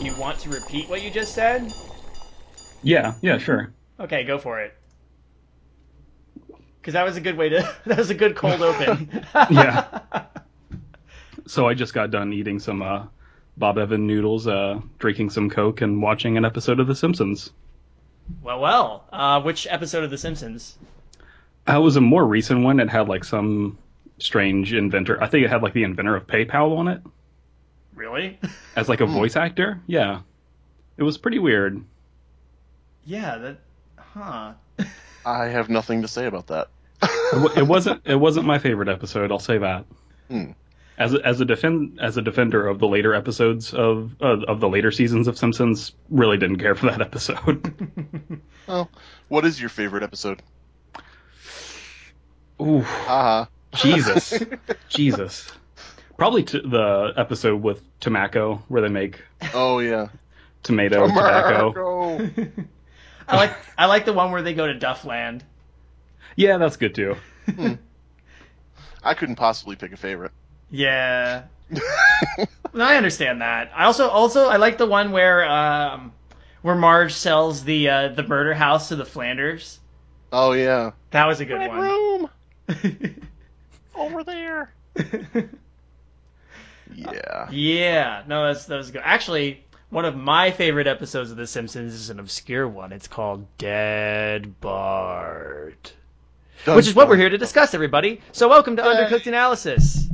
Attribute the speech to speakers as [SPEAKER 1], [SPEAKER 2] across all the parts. [SPEAKER 1] you want to repeat what you just said?
[SPEAKER 2] Yeah, yeah, sure.
[SPEAKER 1] Okay, go for it. Because that was a good way to. That was a good cold open.
[SPEAKER 2] Yeah. so I just got done eating some uh, Bob Evan noodles, uh, drinking some Coke, and watching an episode of The Simpsons.
[SPEAKER 1] well, well. Uh, which episode of The Simpsons?
[SPEAKER 2] That was a more recent one. It had like some strange inventor. I think it had like the inventor of PayPal on it
[SPEAKER 1] Really?
[SPEAKER 2] as like a voice actor. Yeah, it was pretty weird.
[SPEAKER 1] Yeah. That. Huh.
[SPEAKER 3] I have nothing to say about that.
[SPEAKER 2] It wa- it wasn't. It wasn't my favorite episode. I'll say that.
[SPEAKER 3] Hmm.
[SPEAKER 2] As a, as a defend as a defender of the later episodes of uh, of the later seasons of Simpsons, really didn't care for that episode.
[SPEAKER 3] Well, what is your favorite episode?
[SPEAKER 2] Ooh,
[SPEAKER 3] Haha.
[SPEAKER 2] Jesus, Jesus. Probably t- the episode with Tamako where they make
[SPEAKER 3] Oh yeah.
[SPEAKER 2] tomato tobacco.
[SPEAKER 3] Marco.
[SPEAKER 1] I like. I like the one where they go to Duffland.
[SPEAKER 2] Yeah, that's good too.
[SPEAKER 3] I couldn't possibly pick a favorite.
[SPEAKER 1] Yeah. No, I understand that. I also also I like the one where um where Marge sells the uh, the murder house to the Flanders.
[SPEAKER 3] oh yeah.
[SPEAKER 1] That was a good
[SPEAKER 3] My
[SPEAKER 1] one.
[SPEAKER 3] room over there. Yeah.
[SPEAKER 1] yeah, no, that's that was good. Actually, one of my favorite episodes of The Simpsons is an obscure one. It's called Dead Bart, which is what we're here to discuss, everybody. So welcome to
[SPEAKER 3] Yay.
[SPEAKER 1] Undercooked Analysis.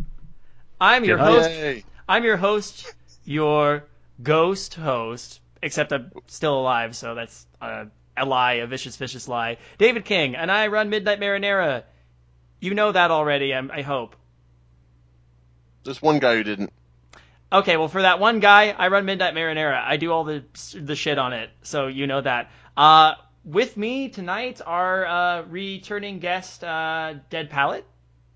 [SPEAKER 1] I'm your
[SPEAKER 2] Did I-
[SPEAKER 1] host,
[SPEAKER 3] Yay.
[SPEAKER 1] I'm your host, your ghost host, except I'm still alive, so that's uh, a lie, a vicious, vicious lie. David King, and I run Midnight Marinera. You know that already, I'm, I hope.
[SPEAKER 3] There's one guy who didn't.
[SPEAKER 1] Okay, well, for that one guy, I run Midnight Marinera. I do all the the shit on it, so you know that. Uh, with me tonight are uh, returning guest uh, Dead Palette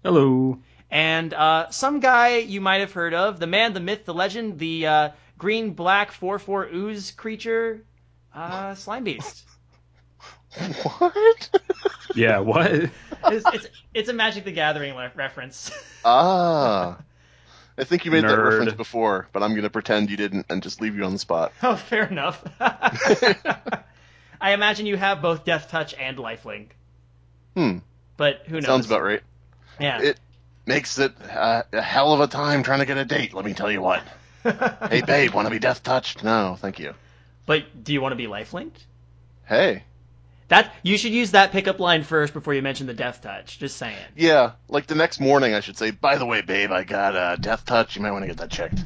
[SPEAKER 2] Hello.
[SPEAKER 1] and uh, some guy you might have heard of, the man, the myth, the legend, the uh, green black four four ooze creature, uh, slime beast.
[SPEAKER 3] What?
[SPEAKER 2] Yeah, what?
[SPEAKER 1] It's, it's, it's a Magic the Gathering le- reference.
[SPEAKER 3] ah. I think you made that
[SPEAKER 2] Nerd.
[SPEAKER 3] reference before, but I'm going to pretend you didn't and just leave you on the spot.
[SPEAKER 1] oh, fair enough. I imagine you have both Death Touch and Lifelink,
[SPEAKER 3] Hmm.
[SPEAKER 1] but who knows?
[SPEAKER 3] Sounds about right.
[SPEAKER 1] Yeah.
[SPEAKER 3] it- Makes it uh, a hell of a time trying to get a date, let me tell you what. Hey, babe, want to be death touched? No, thank you.
[SPEAKER 1] but do you want to be lifelinked?
[SPEAKER 3] Hey.
[SPEAKER 1] That you should use that pickup line first before you mention the Death Touch. Just saying.
[SPEAKER 3] Yeah, like the next morning, I should say, by the way, babe, I got uh, death touch. You might want to get that checked.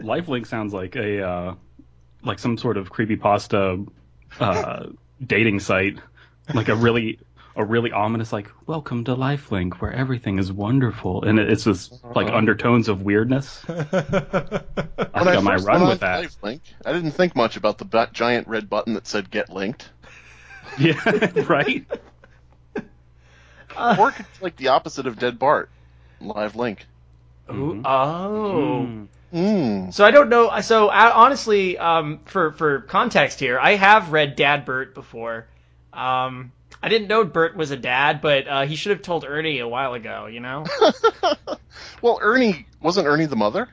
[SPEAKER 2] Lifelink sounds like a uh, like some sort of creepypasta uh, dating site. Like a really a really ominous like welcome to Lifelink where everything is wonderful and it- it's this like undertones of weirdness. I think I might
[SPEAKER 3] first
[SPEAKER 2] run
[SPEAKER 3] went
[SPEAKER 2] with
[SPEAKER 3] on
[SPEAKER 2] that.
[SPEAKER 3] to LifeLink, I didn't think much about the bu- giant red button that said get linked.
[SPEAKER 2] Yeah, right?
[SPEAKER 1] Uh.
[SPEAKER 3] Or it's like the opposite of Dead Bart, Live Link.
[SPEAKER 1] Ooh,
[SPEAKER 2] Mhm.
[SPEAKER 1] Oh.
[SPEAKER 2] Mm.
[SPEAKER 3] Mm.
[SPEAKER 1] So I don't know. So I, honestly, um, for for context here, I have read Dad Bert before. Um, I didn't know Bert was a dad, but uh, he should have told Ernie a while ago. You know?
[SPEAKER 3] Well, Ernie wasn't Ernie the mother?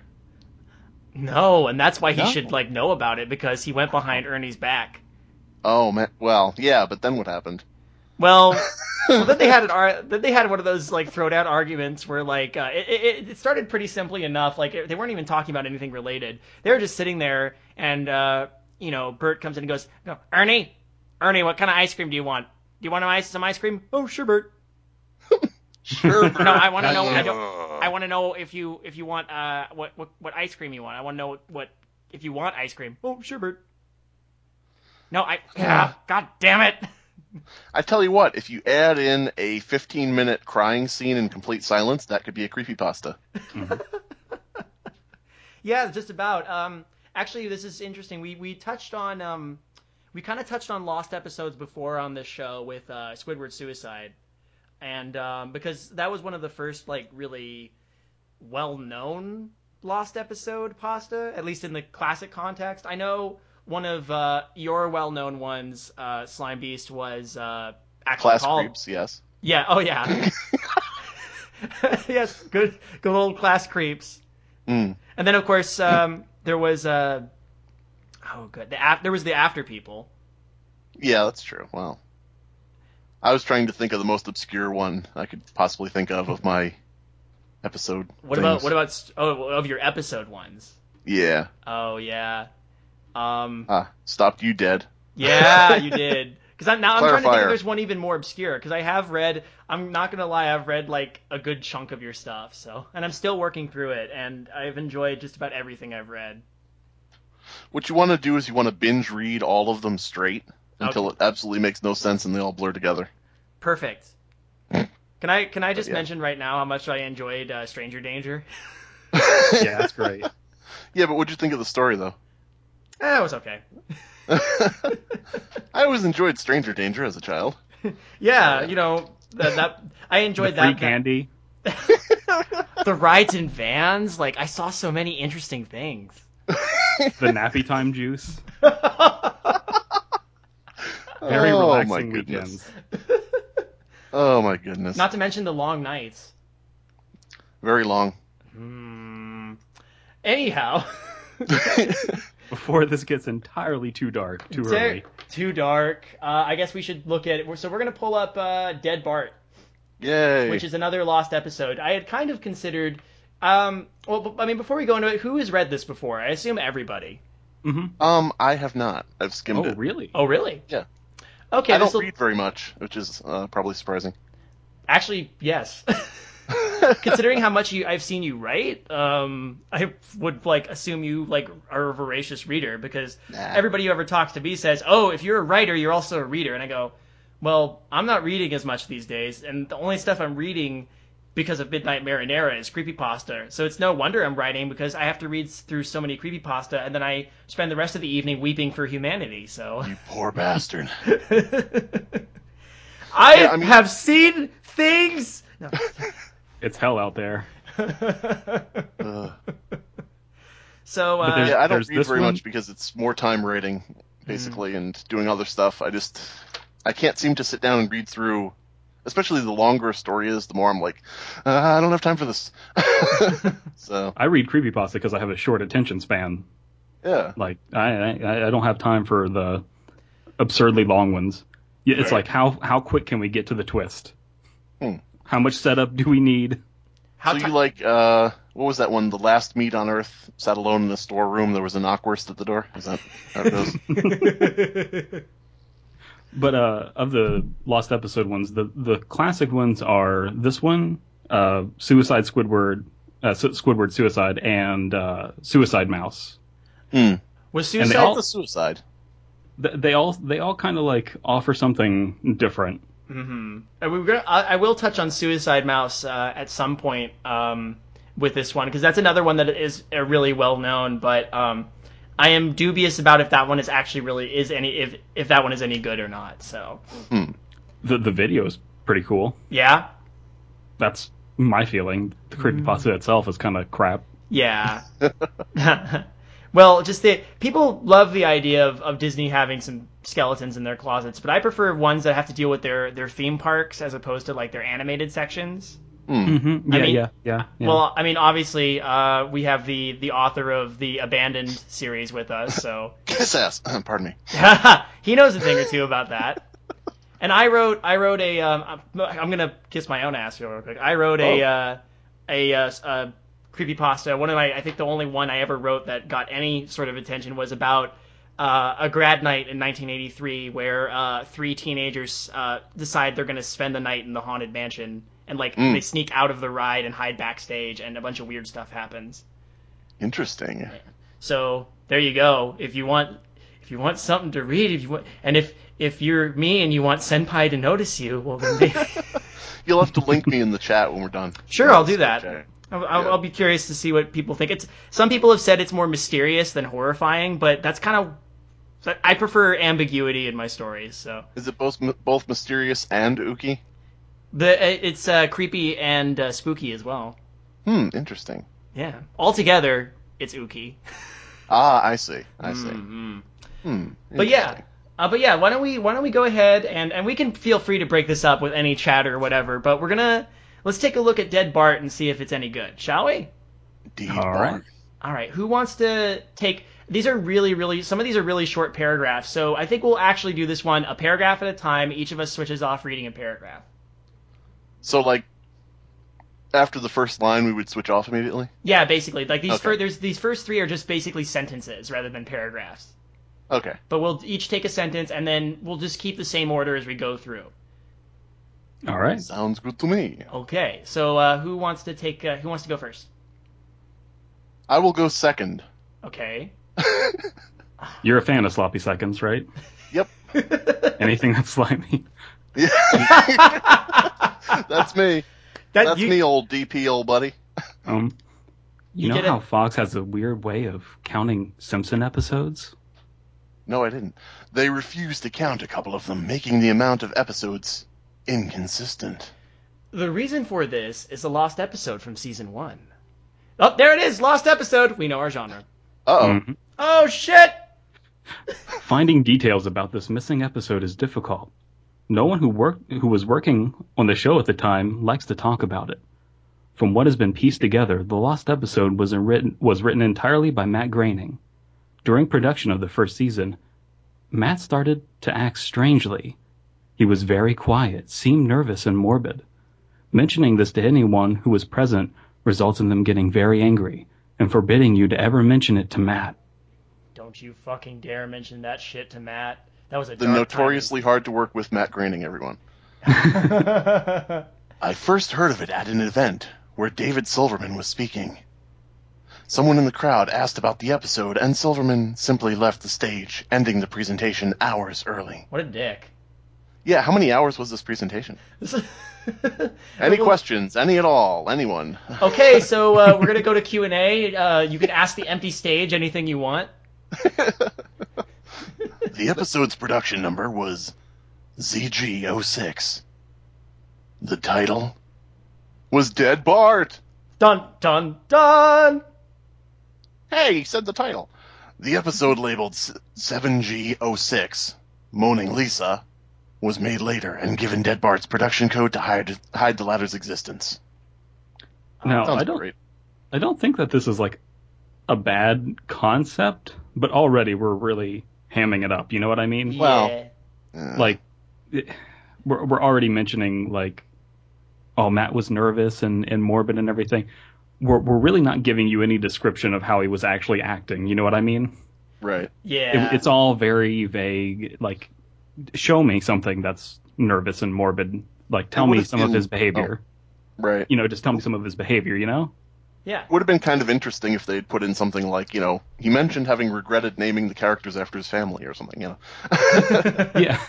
[SPEAKER 1] no, and that's why he
[SPEAKER 3] No.
[SPEAKER 1] should like know about it because he went behind Ernie's back.
[SPEAKER 3] Oh man, well, yeah, but then what happened?
[SPEAKER 1] Well, well then they had an ar- then they had one of those like throwdown arguments where like uh, it, it, it started pretty simply enough. Like it, they weren't even talking about anything related. They were just sitting there, and uh, you know, Bert comes in and goes, no, "Ernie, Ernie, what kind of ice cream do you want? Do you want an ice some ice cream? Oh, sure, Bert.
[SPEAKER 3] Sure.
[SPEAKER 1] No, I want to know. I don't. I want to know if you if you want uh what what, what ice cream you want. I want to know what if you want ice cream. Oh, sure, Bert. No, I. Yeah, God damn it.
[SPEAKER 3] I tell you what, if you add in a 15 minute crying scene in complete silence, that could be a creepypasta.
[SPEAKER 1] Yeah, just about. Um, actually, this is interesting. We we touched on um, we kind of touched on lost episodes before on this show with uh, Squidward Suicide, and um, because that was one of the first like really well known lost episode pasta, at least in the classic context. I know one of uh, your well known ones, uh, Slime Beast, was uh, actually
[SPEAKER 3] Class
[SPEAKER 1] called
[SPEAKER 3] creeps, yes.
[SPEAKER 1] yeah. Oh yeah. yes. Good. Good old class creeps.
[SPEAKER 3] Mm.
[SPEAKER 1] And then, of course, um, there was uh, Oh, good. The af- there was the After People.
[SPEAKER 3] Yeah, that's true. Wow. I was trying to think of the most obscure one I could possibly think of of my episode.
[SPEAKER 1] What about what about st- oh of your episode ones?
[SPEAKER 3] Yeah.
[SPEAKER 1] Oh yeah, um,
[SPEAKER 3] Ah, stopped you dead.
[SPEAKER 1] yeah, you did. Because I'm now I'm trying to think if
[SPEAKER 3] Clarifier.
[SPEAKER 1] there's one even more obscure. Because I have read. I'm not gonna lie. I've read like a good chunk of your stuff. So, and I'm still working through it, and I've enjoyed just about everything I've read.
[SPEAKER 3] What you want to do is you want to binge read all of them straight until it absolutely makes no sense and they all blur together.
[SPEAKER 1] Perfect. Can I can I just
[SPEAKER 3] yeah.
[SPEAKER 1] mention right now how much I enjoyed uh, Stranger Danger?
[SPEAKER 2] Yeah, that's great.
[SPEAKER 3] Yeah, but what'd you think of the story though?
[SPEAKER 1] Eh, it was okay.
[SPEAKER 3] I always enjoyed Stranger Danger as a child.
[SPEAKER 1] Yeah, you know that, that I
[SPEAKER 2] The
[SPEAKER 1] enjoyed
[SPEAKER 2] free
[SPEAKER 1] that.
[SPEAKER 2] candy.
[SPEAKER 1] The rides in vans, like I saw so many interesting things.
[SPEAKER 2] the nappy time juice. Very
[SPEAKER 3] Oh, my
[SPEAKER 2] relaxing
[SPEAKER 3] goodness.
[SPEAKER 2] weekends.
[SPEAKER 3] Oh my goodness.
[SPEAKER 1] Not to mention the long nights.
[SPEAKER 3] Very long.
[SPEAKER 1] Hmm. Anyhow,
[SPEAKER 2] Before this gets entirely too dark, too
[SPEAKER 1] Dar-
[SPEAKER 2] early.
[SPEAKER 1] too dark. Uh, I guess we should look at it. So we're gonna pull up uh, Dead Bart.
[SPEAKER 3] Yay.
[SPEAKER 1] which is another lost episode. I had kind of considered. Um, well, b- I mean, before we go into it, who has read this before? I assume everybody.
[SPEAKER 2] hmm
[SPEAKER 3] Um, I have not. I've skimmed
[SPEAKER 2] Oh,
[SPEAKER 3] it.
[SPEAKER 2] really?
[SPEAKER 1] Oh, really?
[SPEAKER 3] Yeah.
[SPEAKER 1] Okay.
[SPEAKER 3] I don't
[SPEAKER 1] this will
[SPEAKER 3] read very much, which is uh, probably surprising.
[SPEAKER 1] actually yes. Considering how much you, I've seen you write, um, I would like assume you like are a voracious reader because
[SPEAKER 3] Nah.
[SPEAKER 1] everybody who ever talks to me says, "Oh, if you're a writer, you're also a reader," and I go, "Well, I'm not reading as much these days, and the only stuff I'm reading." Because of Midnight Marinera is creepypasta, so it's no wonder I'm writing because I have to read through so many creepypasta, and then I spend the rest of the evening weeping for humanity. So
[SPEAKER 3] You poor bastard.
[SPEAKER 1] I,
[SPEAKER 3] Yeah, I mean-
[SPEAKER 1] have seen things. No.
[SPEAKER 2] It's hell out there.
[SPEAKER 3] Ugh.
[SPEAKER 1] so uh,
[SPEAKER 2] But there's-
[SPEAKER 3] Uh, yeah, I don't
[SPEAKER 2] there's
[SPEAKER 3] read
[SPEAKER 2] this
[SPEAKER 3] very
[SPEAKER 2] one.
[SPEAKER 3] much because it's more time writing, basically, and doing other stuff. I just I can't seem to sit down and read through. Especially the longer a story is, the more I'm like, uh, I don't have time for this. so
[SPEAKER 2] I read creepypasta because I have a short attention span.
[SPEAKER 3] yeah,
[SPEAKER 2] Like I, I, I don't have time for the absurdly long ones. Yeah, It's
[SPEAKER 3] Right.
[SPEAKER 2] like how how quick can we get to the twist?
[SPEAKER 3] Hmm.
[SPEAKER 2] How much setup do we need?
[SPEAKER 1] how
[SPEAKER 3] so
[SPEAKER 1] ti-
[SPEAKER 3] you like uh, what was that one? The last meet on Earth, sat alone in the storeroom. There was a knockwurst at the door. Is that how it goes?
[SPEAKER 2] But uh, of the lost episode ones, the the classic ones are this one, uh, Suicide Squidward, uh, Su- Squidward Suicide, and uh, Suicide Mouse.
[SPEAKER 3] Hmm.
[SPEAKER 1] was suicide?
[SPEAKER 2] and they
[SPEAKER 3] Besides
[SPEAKER 2] all-
[SPEAKER 3] the suicide.
[SPEAKER 2] Th- They all they all kind of like offer something different.
[SPEAKER 1] Mhm. And we were gonna, I, I will touch on Suicide Mouse uh, at some point um, with this one because that's another one that is uh, really well known. But um, I am dubious about if that one is actually really is any if if that one is any good or not. So
[SPEAKER 2] The the video is pretty cool.
[SPEAKER 1] yeah,
[SPEAKER 2] That's my feeling. The creepypasta
[SPEAKER 1] Mm.
[SPEAKER 2] itself is kind of crap.
[SPEAKER 1] Yeah. well, just the people love the idea of, of Disney having some skeletons in their closets, but I prefer ones that have to deal with their, their theme parks as opposed to like their animated sections.
[SPEAKER 2] Mm-hmm. Yeah,
[SPEAKER 1] mean-
[SPEAKER 2] yeah, yeah, yeah.
[SPEAKER 1] Well, I mean, obviously, uh, we have the the author of the Abandoned series with us, so
[SPEAKER 3] Kiss ass. Pardon me.
[SPEAKER 1] he knows a thing or two about that. And I wrote, I wrote a, um, I'm- I'm gonna kiss my own ass here real quick. I wrote a,
[SPEAKER 3] Oh.
[SPEAKER 1] uh, a, uh, s- uh, creepypasta. One of my, I think the only one I ever wrote that got any sort of attention was about uh, a grad night in 1983 where uh, three teenagers uh, decide they're gonna spend the night in the haunted mansion and like
[SPEAKER 3] Mm.
[SPEAKER 1] they sneak out of the ride and hide backstage and a bunch of weird stuff happens.
[SPEAKER 3] Interesting.
[SPEAKER 1] So there you go. If you want, if you want something to read, if you want, and if if you're me and you want senpai to notice you, well then maybe,
[SPEAKER 3] You'll have to link me in the chat when we're done.
[SPEAKER 1] sure, I'll do that.
[SPEAKER 3] Okay.
[SPEAKER 1] I'll, I'll, I'll be curious to see what people think. It's some people have said it's more mysterious than horrifying, but that's kind of but I prefer ambiguity in my stories. So
[SPEAKER 3] Is it both both mysterious and ooky?
[SPEAKER 1] the it's uh, creepy and uh, spooky as well.
[SPEAKER 3] Hmm, interesting.
[SPEAKER 1] Yeah, altogether it's ooky.
[SPEAKER 3] Ah, I see. I see.
[SPEAKER 1] Mm-hmm.
[SPEAKER 3] Hmm.
[SPEAKER 1] But yeah, uh, but yeah, why don't we why don't we go ahead and and we can feel free to break this up with any chat or whatever. But we're gonna let's take a look at Dead Bart and see if it's any good, shall we?
[SPEAKER 3] Indeed,
[SPEAKER 2] All
[SPEAKER 3] Bart.
[SPEAKER 2] right.
[SPEAKER 1] All right, who wants to take? These are really, really, some of these are really short paragraphs. So I think we'll actually do this one a paragraph at a time. Each of us switches off reading a paragraph.
[SPEAKER 3] So like after the first line, we would switch off immediately.
[SPEAKER 1] Yeah, basically. Like these,
[SPEAKER 3] Okay.
[SPEAKER 1] fir- there's, these first three are just basically sentences rather than paragraphs.
[SPEAKER 3] Okay.
[SPEAKER 1] But we'll each take a sentence and then we'll just keep the same order as we go through.
[SPEAKER 2] All right.
[SPEAKER 3] Sounds good to me.
[SPEAKER 1] Okay. So uh, who wants to take, uh, who wants to go first?
[SPEAKER 3] I will go second.
[SPEAKER 1] Okay.
[SPEAKER 2] You're a fan of sloppy seconds, right?
[SPEAKER 3] Yep.
[SPEAKER 2] Anything that's slimy.
[SPEAKER 3] Yeah. That's me.
[SPEAKER 1] That-
[SPEAKER 3] That's
[SPEAKER 1] you-
[SPEAKER 3] me, old DP, old buddy.
[SPEAKER 2] Um, you,
[SPEAKER 1] You
[SPEAKER 2] know
[SPEAKER 1] get it?
[SPEAKER 2] how Fox has a weird way of counting Simpson episodes?
[SPEAKER 3] No, I didn't. They refused to count a couple of them, making the amount of episodes inconsistent.
[SPEAKER 1] The reason for this is a lost episode from season one. Oh, there it is, lost episode. We know our genre.
[SPEAKER 3] Uh oh.
[SPEAKER 2] Mhm.
[SPEAKER 1] Oh shit!
[SPEAKER 2] Finding details about this missing episode is difficult. No one who worked who was working on the show at the time likes to talk about it. From what has been pieced together, the lost episode was written was written entirely by Matt Groening. During production of the first season, Matt started to act strangely. He was very quiet, seemed nervous and morbid. Mentioning this to anyone who was present results in them getting very angry and forbidding you to ever mention it to Matt.
[SPEAKER 1] Don't you fucking dare mention that shit to Matt. That was a
[SPEAKER 3] The
[SPEAKER 1] dark
[SPEAKER 3] notoriously hard to work with Matt Groening, everyone.
[SPEAKER 1] time.
[SPEAKER 3] I first heard of it at an event where David Silverman was speaking. Someone in the crowd asked about the episode, and Silverman simply left the stage, ending the presentation hours early.
[SPEAKER 1] what a dick.
[SPEAKER 3] Yeah, how many hours was this presentation? Any
[SPEAKER 1] Any
[SPEAKER 3] questions? Any at all? Anyone?
[SPEAKER 1] Okay, so uh, we're gonna go to Q and A. Uh, you can ask the empty stage anything you want.
[SPEAKER 3] The episode's production number was ZG06. The title was Dead Bart.
[SPEAKER 1] Dun dun dun.
[SPEAKER 3] Hey, he said the title. The episode labeled s- 7G06, Moaning Lisa, was made later and given Dead Bart's production code to hide, hide the latter's existence.
[SPEAKER 2] Now,
[SPEAKER 3] Sounds
[SPEAKER 2] I don't
[SPEAKER 3] great.
[SPEAKER 2] I don't think that this is like a bad concept, but already we're really hamming it up. You know what I mean?
[SPEAKER 3] Well,
[SPEAKER 1] Yeah.
[SPEAKER 3] Uh,
[SPEAKER 2] Like, it- we're we're already mentioning like, oh, Matt was nervous and and morbid and everything. We're we're really not giving you any description of how he was actually acting. You know what I mean?
[SPEAKER 3] right.
[SPEAKER 1] yeah.
[SPEAKER 2] It, it's all very vague. Like, show me something that's nervous and morbid. Like, tell
[SPEAKER 3] would
[SPEAKER 2] me
[SPEAKER 3] have
[SPEAKER 2] some of
[SPEAKER 3] been-
[SPEAKER 2] his
[SPEAKER 1] Oh.
[SPEAKER 2] behavior.
[SPEAKER 3] Right.
[SPEAKER 2] You know, just tell me some of his behavior. You know?
[SPEAKER 1] yeah.
[SPEAKER 3] Would have been kind of interesting if they'd put in something like, you know, he mentioned having regretted naming the characters after his family or something, you know.
[SPEAKER 2] Yeah.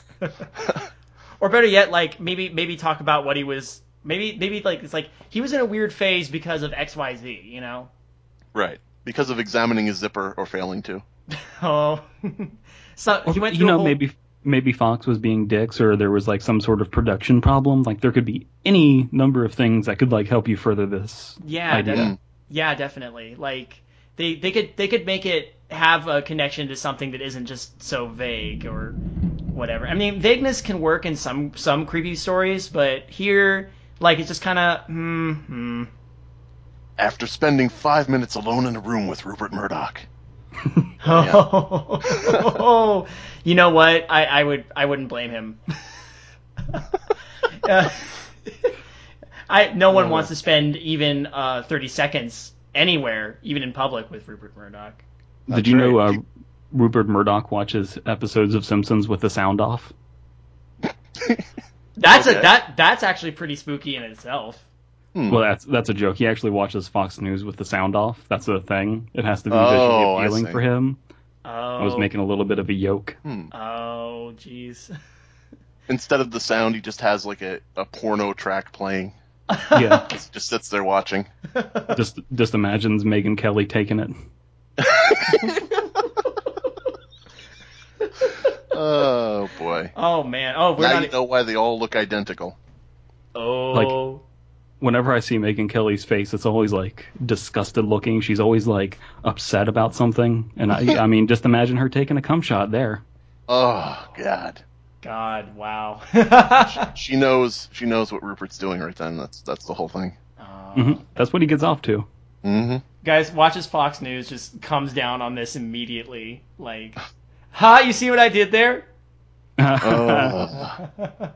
[SPEAKER 1] or better yet, like maybe maybe talk about what he was. Maybe maybe like it's like he was in a weird phase because of X Y Z. You know.
[SPEAKER 3] Right. Because of examining his zipper or failing to.
[SPEAKER 1] Oh. so he went
[SPEAKER 2] you
[SPEAKER 1] through. a
[SPEAKER 2] know
[SPEAKER 1] whole-
[SPEAKER 2] maybe maybe Fox was being dicks or there was like some sort of production problem. Like there could be any number of things that could like help you further this.
[SPEAKER 1] Yeah.
[SPEAKER 2] idea.
[SPEAKER 1] Def- yeah, definitely. Like they they could they could make it have a connection to something that isn't just so vague or whatever. I mean, vagueness can work in some some creepy stories, but here, like it's just kind of hmm. hmm.
[SPEAKER 3] After spending five minutes alone in a room with Rupert Murdoch.
[SPEAKER 1] Oh, you know what? I, I would I wouldn't blame him. Uh, I no one wants to spend even uh, thirty seconds anywhere, even in public, with Rupert Murdoch.
[SPEAKER 2] Did you know uh, Rupert Murdoch watches episodes of Simpsons with the sound off?
[SPEAKER 1] That's a
[SPEAKER 3] Okay.
[SPEAKER 1] that that's actually pretty spooky in itself.
[SPEAKER 3] Hmm.
[SPEAKER 2] Well, that's that's a joke. He actually watches Fox News with the sound off. That's a thing. It has to be
[SPEAKER 3] Oh,
[SPEAKER 2] visually
[SPEAKER 3] I
[SPEAKER 2] appealing
[SPEAKER 3] see.
[SPEAKER 2] for him.
[SPEAKER 1] Oh,
[SPEAKER 2] I was making a little bit of a yoke.
[SPEAKER 3] Hmm.
[SPEAKER 1] Oh, jeez.
[SPEAKER 3] Instead of the sound, he just has like a, a porno track playing.
[SPEAKER 2] Yeah,
[SPEAKER 3] He just sits there watching.
[SPEAKER 2] just just imagines Megan Kelly taking it.
[SPEAKER 3] Oh boy.
[SPEAKER 1] Oh man. Oh, we're
[SPEAKER 3] now
[SPEAKER 1] not.
[SPEAKER 3] you know why they all look identical.
[SPEAKER 1] Oh.
[SPEAKER 2] Like- whenever I see Megan Kelly's face, it's always like disgusted looking. She's always like upset about something, and I, I mean, just imagine her taking a cum shot there.
[SPEAKER 3] Oh God.
[SPEAKER 1] God, wow.
[SPEAKER 3] She knows.
[SPEAKER 2] Mm-hmm.
[SPEAKER 3] She knows what Rupert's doing right then. That's that's the whole thing.
[SPEAKER 1] Oh.
[SPEAKER 2] hmm That's what he gets off to.
[SPEAKER 3] Mm-hmm.
[SPEAKER 1] Guys, watch as Fox News just comes down on this immediately. Like, ha, you see what I did there?
[SPEAKER 3] Oh.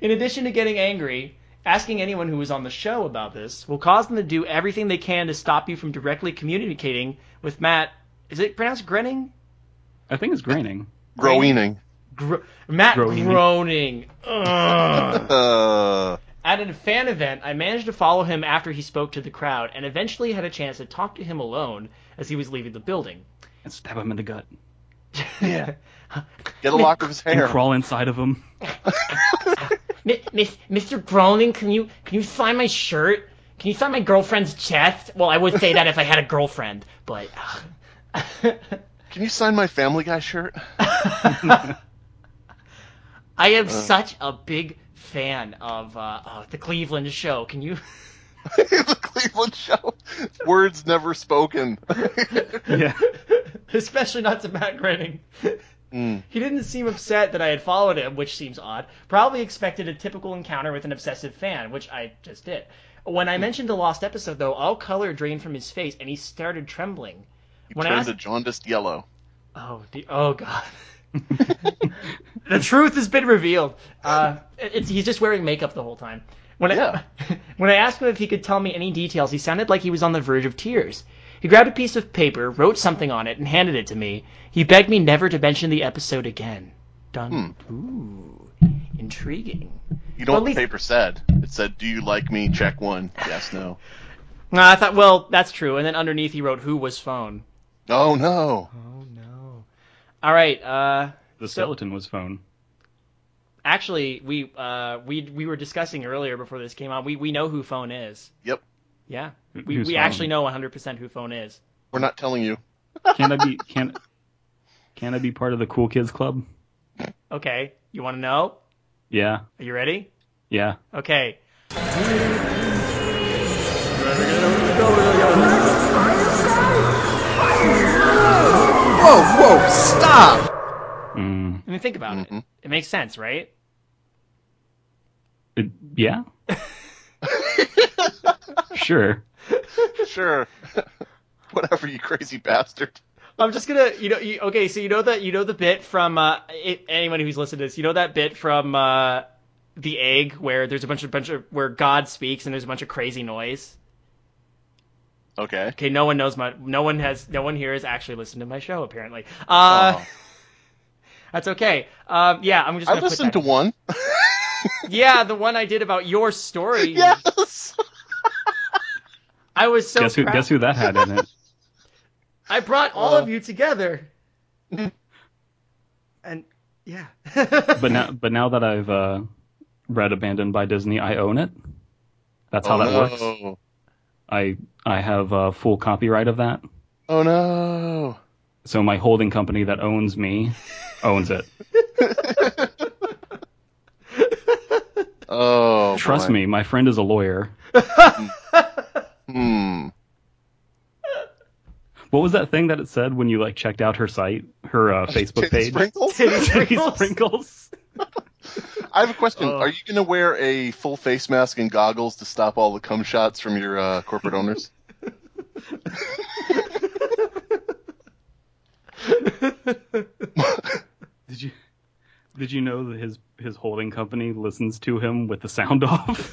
[SPEAKER 1] In addition to getting angry, asking anyone who was on the show about this will cause them to do everything they can to stop you from directly communicating with Matt. Is it pronounced Grenning?
[SPEAKER 2] I think it's graining.
[SPEAKER 3] Groening.
[SPEAKER 1] Gro- Matt
[SPEAKER 2] Groening.
[SPEAKER 1] Groening. Ugh.
[SPEAKER 3] Uh,
[SPEAKER 1] At a fan event, I managed to follow him after he spoke to the crowd and eventually had a chance to talk to him alone as he was leaving the building.
[SPEAKER 2] And stab him in the gut.
[SPEAKER 1] Yeah.
[SPEAKER 3] get a lock of his
[SPEAKER 2] And
[SPEAKER 3] hair.
[SPEAKER 2] crawl inside of him.
[SPEAKER 1] Mi- Miss, Mr. Groening, can you can you sign my shirt? Can you sign my girlfriend's chest? Well, I would say that if I had a girlfriend, but
[SPEAKER 3] Can you sign my Family Guy shirt?
[SPEAKER 1] I
[SPEAKER 3] Uh.
[SPEAKER 1] am such a big fan of uh, oh, the Cleveland show. Can you?
[SPEAKER 3] the Cleveland show. Words never spoken.
[SPEAKER 2] Yeah.
[SPEAKER 1] Especially not to Matt Groening.
[SPEAKER 3] Mm.
[SPEAKER 1] He didn't seem upset that I had followed him, which seems odd. Probably expected a typical encounter with an obsessive fan, which I just did. When I
[SPEAKER 3] Mm.
[SPEAKER 1] mentioned the lost episode, though, all color drained from his face and he started trembling.
[SPEAKER 3] He
[SPEAKER 1] When I
[SPEAKER 3] turned
[SPEAKER 1] asked-
[SPEAKER 3] a jaundiced yellow.
[SPEAKER 1] Oh, de- oh God. the truth has been revealed. Uh, it's, he's just wearing makeup the whole time. When I,
[SPEAKER 3] Yeah.
[SPEAKER 1] when I asked him if he could tell me any details, he sounded like he was on the verge of tears. He grabbed a piece of paper, wrote something on it, and handed it to me. He begged me never to mention the episode again. Dun. Ooh, intriguing.
[SPEAKER 3] You
[SPEAKER 1] Well,
[SPEAKER 3] know
[SPEAKER 1] at
[SPEAKER 3] what
[SPEAKER 1] least-
[SPEAKER 3] the paper said? It said, "Do you like me?" Check one. Yes, no.
[SPEAKER 1] Nah, I thought, well, that's true. And then underneath, he wrote, "Who was phone?"
[SPEAKER 3] Oh no.
[SPEAKER 1] Oh no. All right. Uh,
[SPEAKER 2] The
[SPEAKER 1] So-
[SPEAKER 2] skeleton was phone.
[SPEAKER 1] actually we uh we we were discussing earlier before this came on we we know who phone is
[SPEAKER 3] Yep.
[SPEAKER 1] yeah
[SPEAKER 2] Who-
[SPEAKER 1] we,
[SPEAKER 2] who's
[SPEAKER 1] we
[SPEAKER 2] phone?
[SPEAKER 1] actually know 100% who phone is
[SPEAKER 3] We're not telling you.
[SPEAKER 2] Can I be can can I be part of the cool kids club?
[SPEAKER 1] okay you want to know
[SPEAKER 2] Yeah.
[SPEAKER 1] are you ready
[SPEAKER 2] Yeah.
[SPEAKER 1] okay
[SPEAKER 4] Whoa, whoa, stop!
[SPEAKER 2] Mm.
[SPEAKER 1] i mean think about it
[SPEAKER 3] Mhm.
[SPEAKER 1] it makes sense right
[SPEAKER 2] It- yeah. sure.
[SPEAKER 3] Sure. Whatever, you crazy bastard.
[SPEAKER 1] i'm just gonna you know you, okay so you know that you know the bit from uh i anyone who's listened to this you know that bit from uh the egg where there's a bunch of bunch of where god speaks and there's a bunch of crazy noise
[SPEAKER 3] Okay.
[SPEAKER 1] okay no one knows my no one has no one here has actually listened to my show apparently
[SPEAKER 2] Oh.
[SPEAKER 1] uh
[SPEAKER 3] Aw.
[SPEAKER 1] That's okay. Um, yeah, I'm just.
[SPEAKER 3] I
[SPEAKER 1] Gonna put
[SPEAKER 3] listened to
[SPEAKER 1] that-
[SPEAKER 3] one.
[SPEAKER 1] Yeah, the one I did about your story.
[SPEAKER 3] yes.
[SPEAKER 1] I was so
[SPEAKER 2] guess who
[SPEAKER 1] proud.
[SPEAKER 2] guess who that had in it?
[SPEAKER 1] I brought all
[SPEAKER 3] Uh.
[SPEAKER 1] of you together. and yeah.
[SPEAKER 2] But now but now that I've uh, read Abandoned by Disney, I own it. That's how
[SPEAKER 3] oh,
[SPEAKER 2] that
[SPEAKER 3] no.
[SPEAKER 2] works. I I have uh, full copyright of that.
[SPEAKER 3] Oh no.
[SPEAKER 2] So my holding company that owns me owns it.
[SPEAKER 3] Oh.
[SPEAKER 2] Trust
[SPEAKER 3] boy.
[SPEAKER 2] me, my friend is a lawyer.
[SPEAKER 3] Hmm.
[SPEAKER 2] What was that thing that it said when you like checked out her site, her uh, Facebook page?
[SPEAKER 3] Titty sprinkles?
[SPEAKER 1] Titty
[SPEAKER 2] Titty
[SPEAKER 1] sprinkles.
[SPEAKER 2] sprinkles.
[SPEAKER 3] I have a question.
[SPEAKER 1] Oh.
[SPEAKER 3] Are you going to wear a full face mask and goggles to stop all the cum shots from your uh, corporate owners?
[SPEAKER 2] Did you did you know that his his holding company listens to him with the sound off?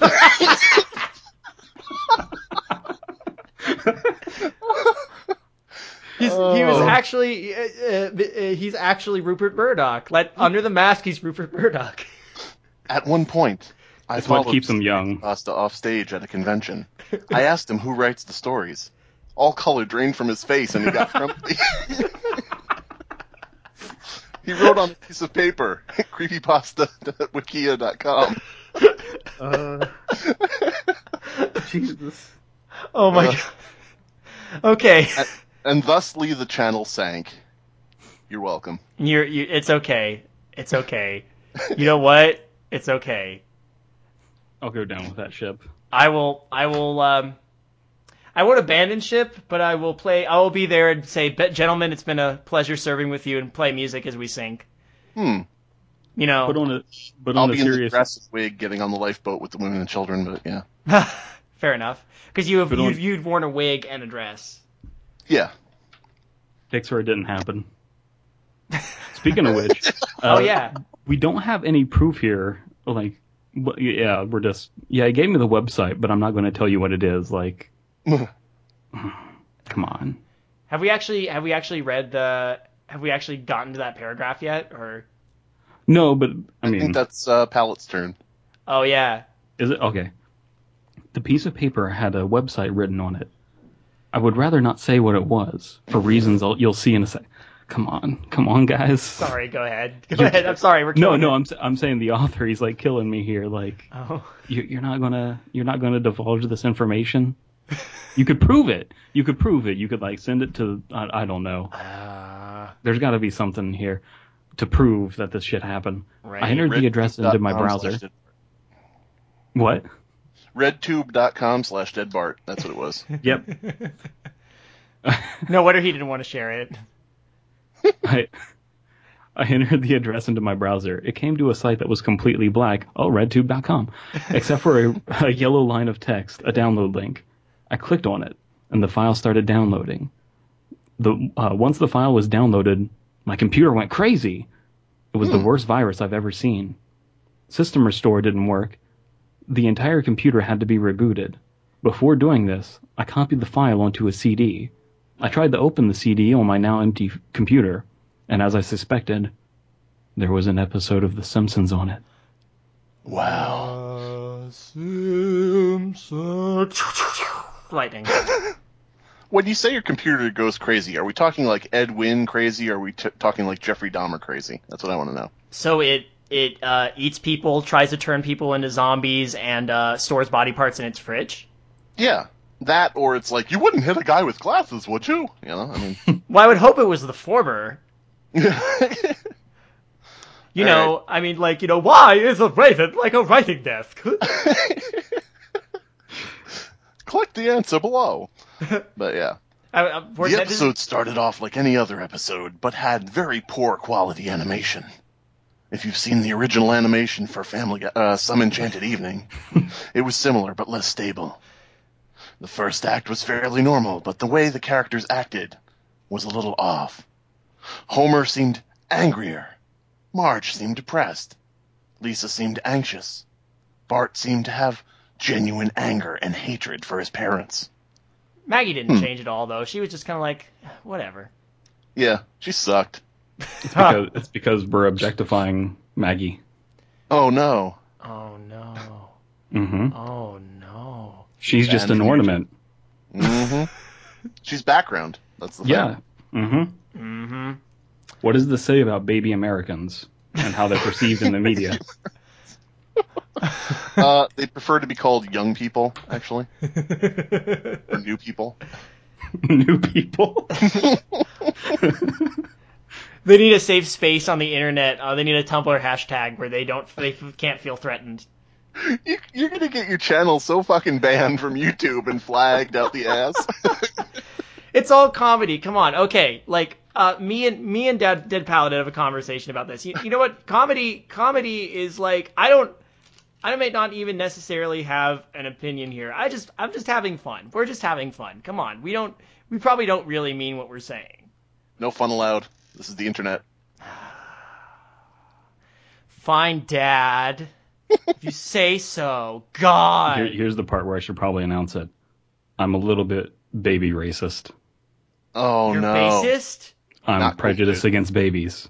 [SPEAKER 1] He's, He was
[SPEAKER 3] Oh.
[SPEAKER 1] actually uh, uh, uh, he's actually Rupert Murdoch. Like
[SPEAKER 3] Hmm.
[SPEAKER 1] under the mask, he's Rupert Murdoch.
[SPEAKER 3] At one point, I
[SPEAKER 2] That's what
[SPEAKER 3] followed
[SPEAKER 2] keeps him young.
[SPEAKER 3] Pasta off stage at a convention. I asked him who writes the stories. All color drained from his face, and he got grumpy. he wrote on a piece of paper, creepypasta.wikia.com.
[SPEAKER 1] Uh,
[SPEAKER 2] Jesus.
[SPEAKER 1] Oh my
[SPEAKER 3] Uh.
[SPEAKER 1] god. Okay.
[SPEAKER 3] And thusly, the channel sank. You're welcome.
[SPEAKER 1] You're you. It's okay. It's okay. You know what? It's okay.
[SPEAKER 2] I'll go down with that ship.
[SPEAKER 1] I will. I will. Um, I won't abandon ship, but I will play. I will be there and say, "Be- "Gentlemen, it's been a pleasure serving with you," and play music as we sink.
[SPEAKER 3] Hmm.
[SPEAKER 1] You
[SPEAKER 2] Put
[SPEAKER 1] know,
[SPEAKER 2] on a but
[SPEAKER 3] I'll
[SPEAKER 2] on a
[SPEAKER 3] be in the
[SPEAKER 2] serious
[SPEAKER 3] dress wig getting on the lifeboat with the women and children, but yeah.
[SPEAKER 1] fair enough, because you have
[SPEAKER 2] Put
[SPEAKER 1] you,
[SPEAKER 2] on-
[SPEAKER 1] you'd worn a wig and a dress.
[SPEAKER 3] Yeah.
[SPEAKER 2] Thanks for it didn't happen. Speaking of which,
[SPEAKER 1] Oh
[SPEAKER 2] uh,
[SPEAKER 1] yeah,
[SPEAKER 2] we don't have any proof here. Like, wh- yeah, we're just yeah. He gave me the website, but I'm not going to tell you what it is. Like, come on.
[SPEAKER 1] have we actually have we actually read the have we actually gotten to that paragraph yet? Or
[SPEAKER 2] No, but I
[SPEAKER 3] I
[SPEAKER 2] mean,
[SPEAKER 3] think that's uh, Pallet's turn.
[SPEAKER 1] oh yeah,
[SPEAKER 2] Is it okay? The piece of paper had a website written on it. I would rather not say what it was for reasons I'll, you'll see in a sec. Come on, come on, guys.
[SPEAKER 1] sorry. Go ahead. Go ahead. I'm sorry. We're
[SPEAKER 2] No,
[SPEAKER 1] killing
[SPEAKER 2] no,
[SPEAKER 1] it.
[SPEAKER 2] I'm s- I'm saying the author. He's like killing me here. Like
[SPEAKER 1] Oh.
[SPEAKER 2] you, you're not gonna you're not gonna divulge this information. You could prove it. You could prove it. You could like send it to I, I don't know.
[SPEAKER 1] Uh,
[SPEAKER 2] There's got to be something here to prove that this shit happened.
[SPEAKER 1] right.
[SPEAKER 2] I entered the address into my
[SPEAKER 3] Redtube.com slash
[SPEAKER 2] browser.
[SPEAKER 3] Dead-
[SPEAKER 2] What?
[SPEAKER 3] Redtube.com slash deadbart. That's what it was.
[SPEAKER 2] Yep.
[SPEAKER 1] no wonder he didn't want to share it.
[SPEAKER 2] I, I entered the address into my browser. It came to a site that was completely black, oh, redtube.com, except for a, a yellow line of text, a download link. I clicked on it, and the file started downloading. The uh, Once the file was downloaded, my computer went crazy. It was the worst virus I've ever seen. System restore didn't work. The entire computer had to be rebooted. Before doing this, I copied the file onto a CD. I tried to open the CD on my now empty f- computer, and as I suspected, there was an episode of The Simpsons on it.
[SPEAKER 3] Wow.
[SPEAKER 1] Lightning.
[SPEAKER 3] When you say your computer goes crazy, are we talking like Ed Wynn crazy? Or are we t- talking like Jeffrey Dahmer crazy? That's what I want to know.
[SPEAKER 1] So it it uh, eats people, tries to turn people into zombies, and uh, stores body parts in its fridge.
[SPEAKER 3] Yeah. That or it's like, you wouldn't hit a guy with glasses, would you? You know, I mean.
[SPEAKER 1] Well, I would hope it was the former. You
[SPEAKER 3] All
[SPEAKER 1] know, I mean, like you know, why is a raven like a writing desk?
[SPEAKER 3] Click the answer below. But yeah.
[SPEAKER 1] I, I, we're-
[SPEAKER 3] the
[SPEAKER 1] that is-
[SPEAKER 3] episode started off like any other episode, but had very poor quality animation. If you've seen the original animation for Family Guy- uh, Some Enchanted Evening, it was similar but less stable. The first act was fairly normal, but the way the characters acted was a little off. Homer seemed angrier. Marge seemed depressed. Lisa seemed anxious. Bart seemed to have genuine anger and hatred for his parents.
[SPEAKER 1] Maggie didn't change at all, though. She was just kind of like, whatever.
[SPEAKER 3] Yeah, she sucked.
[SPEAKER 2] Because, it's because we're objectifying Maggie.
[SPEAKER 3] Oh no.
[SPEAKER 1] Oh no!
[SPEAKER 2] hmm
[SPEAKER 1] Oh no!
[SPEAKER 2] She's just
[SPEAKER 3] And
[SPEAKER 2] an ornament.
[SPEAKER 3] hmm She's background. That's the thing.
[SPEAKER 2] Yeah. hmm
[SPEAKER 1] Mm-hmm.
[SPEAKER 2] What does this say about baby Americans and how they're perceived in the media?
[SPEAKER 3] Uh, they prefer to be called young people, actually, or new people.
[SPEAKER 2] New people.
[SPEAKER 1] they need a safe space on the internet. Uh, they need a Tumblr hashtag where they don't, they f- can't feel threatened.
[SPEAKER 3] You, you're gonna get your channel so fucking banned from YouTube and flagged out the ass.
[SPEAKER 1] It's all comedy. Come on. Okay. Like uh, me and me and Dad, Dead Paladin have a conversation about this. You, you know what? Comedy comedy is like I don't I may not even necessarily have an opinion here. I just I'm just having fun. We're just having fun. Come on. We don't we probably don't really mean what we're saying.
[SPEAKER 3] no fun allowed. This is the internet.
[SPEAKER 1] Fine, Dad. if you say so. God.
[SPEAKER 2] Here, here's the part where I should probably announce it. I'm a little bit baby racist.
[SPEAKER 3] Oh
[SPEAKER 1] You're
[SPEAKER 3] no,
[SPEAKER 1] racist?
[SPEAKER 2] I'm
[SPEAKER 3] Not cool,
[SPEAKER 2] prejudiced
[SPEAKER 3] dude.
[SPEAKER 2] against babies.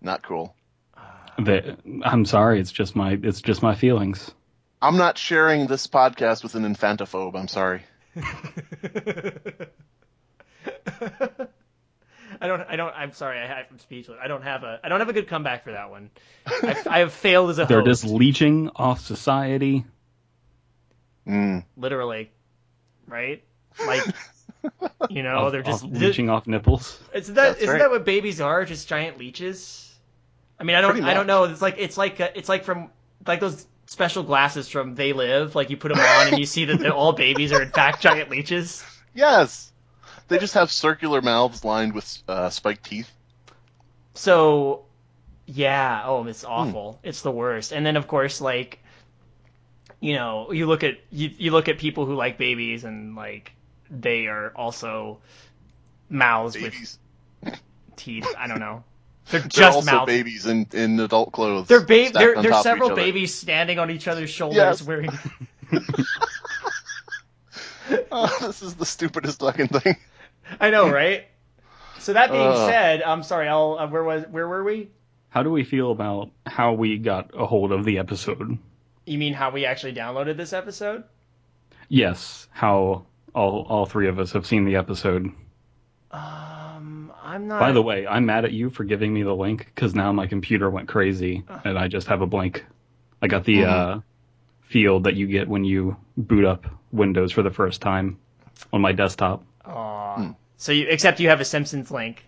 [SPEAKER 3] not cool.
[SPEAKER 2] They, I'm sorry. It's just my it's just my feelings.
[SPEAKER 3] I'm not sharing this podcast with an infantophobe. I'm sorry.
[SPEAKER 1] I don't. I don't. I'm sorry. I, I'm speechless. I don't have a. I don't have a good comeback for that one. I, I have failed as a
[SPEAKER 2] They're
[SPEAKER 1] host.
[SPEAKER 2] just leeching off society.
[SPEAKER 3] Mm.
[SPEAKER 1] Literally, right? Like, you know,
[SPEAKER 2] off-
[SPEAKER 1] Oh, they're
[SPEAKER 2] off-
[SPEAKER 1] just.
[SPEAKER 2] leeching off nipples.
[SPEAKER 1] Isn't that
[SPEAKER 3] That's
[SPEAKER 1] isn't
[SPEAKER 3] right.
[SPEAKER 1] that what babies are? Just giant leeches. I mean, I don't.
[SPEAKER 3] Pretty
[SPEAKER 1] I don't
[SPEAKER 3] much.
[SPEAKER 1] know. It's like it's like uh, it's like from like those special glasses from They Live. Like you put them on and you see that they're- all babies are in fact giant leeches.
[SPEAKER 3] Yes, they just have circular mouths lined with uh, spiked teeth.
[SPEAKER 1] So, yeah. Oh,
[SPEAKER 3] Hmm.
[SPEAKER 1] it's awful. It's the worst. And then of course, like, you know, you look at you, you look at people who like babies and like they are also mouths
[SPEAKER 3] Babies.
[SPEAKER 1] with teeth. I don't know. They're just
[SPEAKER 3] They're also
[SPEAKER 1] mouths.
[SPEAKER 3] babies in, in adult clothes.
[SPEAKER 1] They're ba-
[SPEAKER 3] stacked
[SPEAKER 1] They're,
[SPEAKER 3] on
[SPEAKER 1] they're
[SPEAKER 3] top of each
[SPEAKER 1] several
[SPEAKER 3] other.
[SPEAKER 1] babies standing on each other's shoulders
[SPEAKER 3] Yes.
[SPEAKER 1] wearing.
[SPEAKER 3] Oh, this is the stupidest fucking thing.
[SPEAKER 1] I know, right? So that being
[SPEAKER 3] Ugh.
[SPEAKER 1] said, I'm sorry. I'll. Uh, where was? Where were we?
[SPEAKER 2] How do we feel about how we got a hold of the episode?
[SPEAKER 1] You mean how we actually downloaded this episode?
[SPEAKER 2] Yes, how all all three of us have seen the episode.
[SPEAKER 1] Um, I'm not.
[SPEAKER 2] By the way, I'm mad at you for giving me the link because now my computer went crazy and I just have a blank. I got the uh, field that you get when you boot up Windows for the first time on my desktop.
[SPEAKER 1] Aw. So you, except you have a Simpsons link.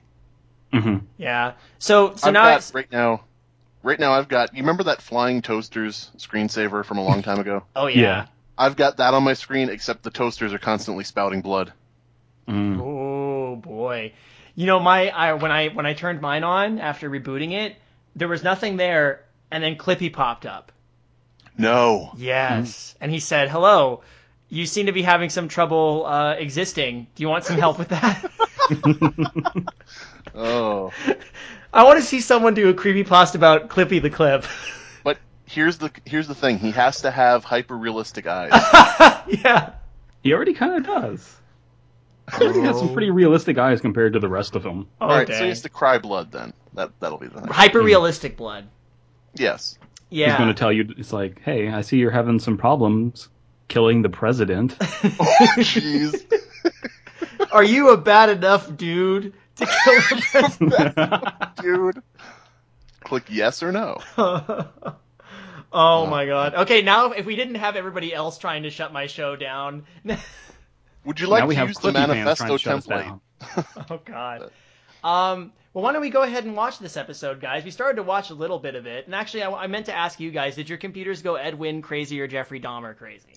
[SPEAKER 2] hmm
[SPEAKER 1] Yeah. So so
[SPEAKER 3] I've
[SPEAKER 1] now.
[SPEAKER 3] got
[SPEAKER 1] it's-
[SPEAKER 3] right now. Right now, I've got. You remember that flying toasters screensaver from a long time ago?
[SPEAKER 1] oh yeah.
[SPEAKER 3] I've got that on my screen, except the toasters are constantly spouting blood.
[SPEAKER 2] Mm.
[SPEAKER 1] Oh boy. You know my I when I when I turned mine on after rebooting it, there was nothing there, and then Clippy popped up.
[SPEAKER 3] No.
[SPEAKER 1] Yes.
[SPEAKER 2] Mm.
[SPEAKER 1] And he said, "Hello, you seem to be having some trouble uh, existing. Do you want some help with that?"
[SPEAKER 3] Oh.
[SPEAKER 1] I want to see someone do a creepy post about Clippy the Clip.
[SPEAKER 3] But here's the here's the thing. He has to have hyper realistic eyes.
[SPEAKER 1] yeah.
[SPEAKER 2] He already kind of does. He already has some pretty realistic eyes compared to the rest of them.
[SPEAKER 1] Oh,
[SPEAKER 3] All right, so he
[SPEAKER 1] dang.
[SPEAKER 3] has to cry blood then. That that'll be the thing.
[SPEAKER 1] Hyper realistic blood.
[SPEAKER 3] Yes.
[SPEAKER 1] Yeah.
[SPEAKER 2] He's going to tell you, it's like, hey, I see you're having some problems killing the president.
[SPEAKER 3] Jeez.
[SPEAKER 1] Are you a bad enough dude to kill the president?
[SPEAKER 3] Dude. Click yes or no.
[SPEAKER 1] oh my god. Okay, now if we didn't have everybody else trying to shut my show down.
[SPEAKER 3] Would you like
[SPEAKER 2] now
[SPEAKER 3] to
[SPEAKER 2] we have
[SPEAKER 3] use the
[SPEAKER 2] Clippy fans trying
[SPEAKER 3] manifesto
[SPEAKER 2] to shut us
[SPEAKER 3] template?
[SPEAKER 2] down.
[SPEAKER 1] oh god. Um well, why don't we go ahead and watch this episode, guys? We started to watch a little bit of it, and actually, I, I meant to ask you guys: Did your computers go Edwin crazy or Jeffrey Dahmer crazy?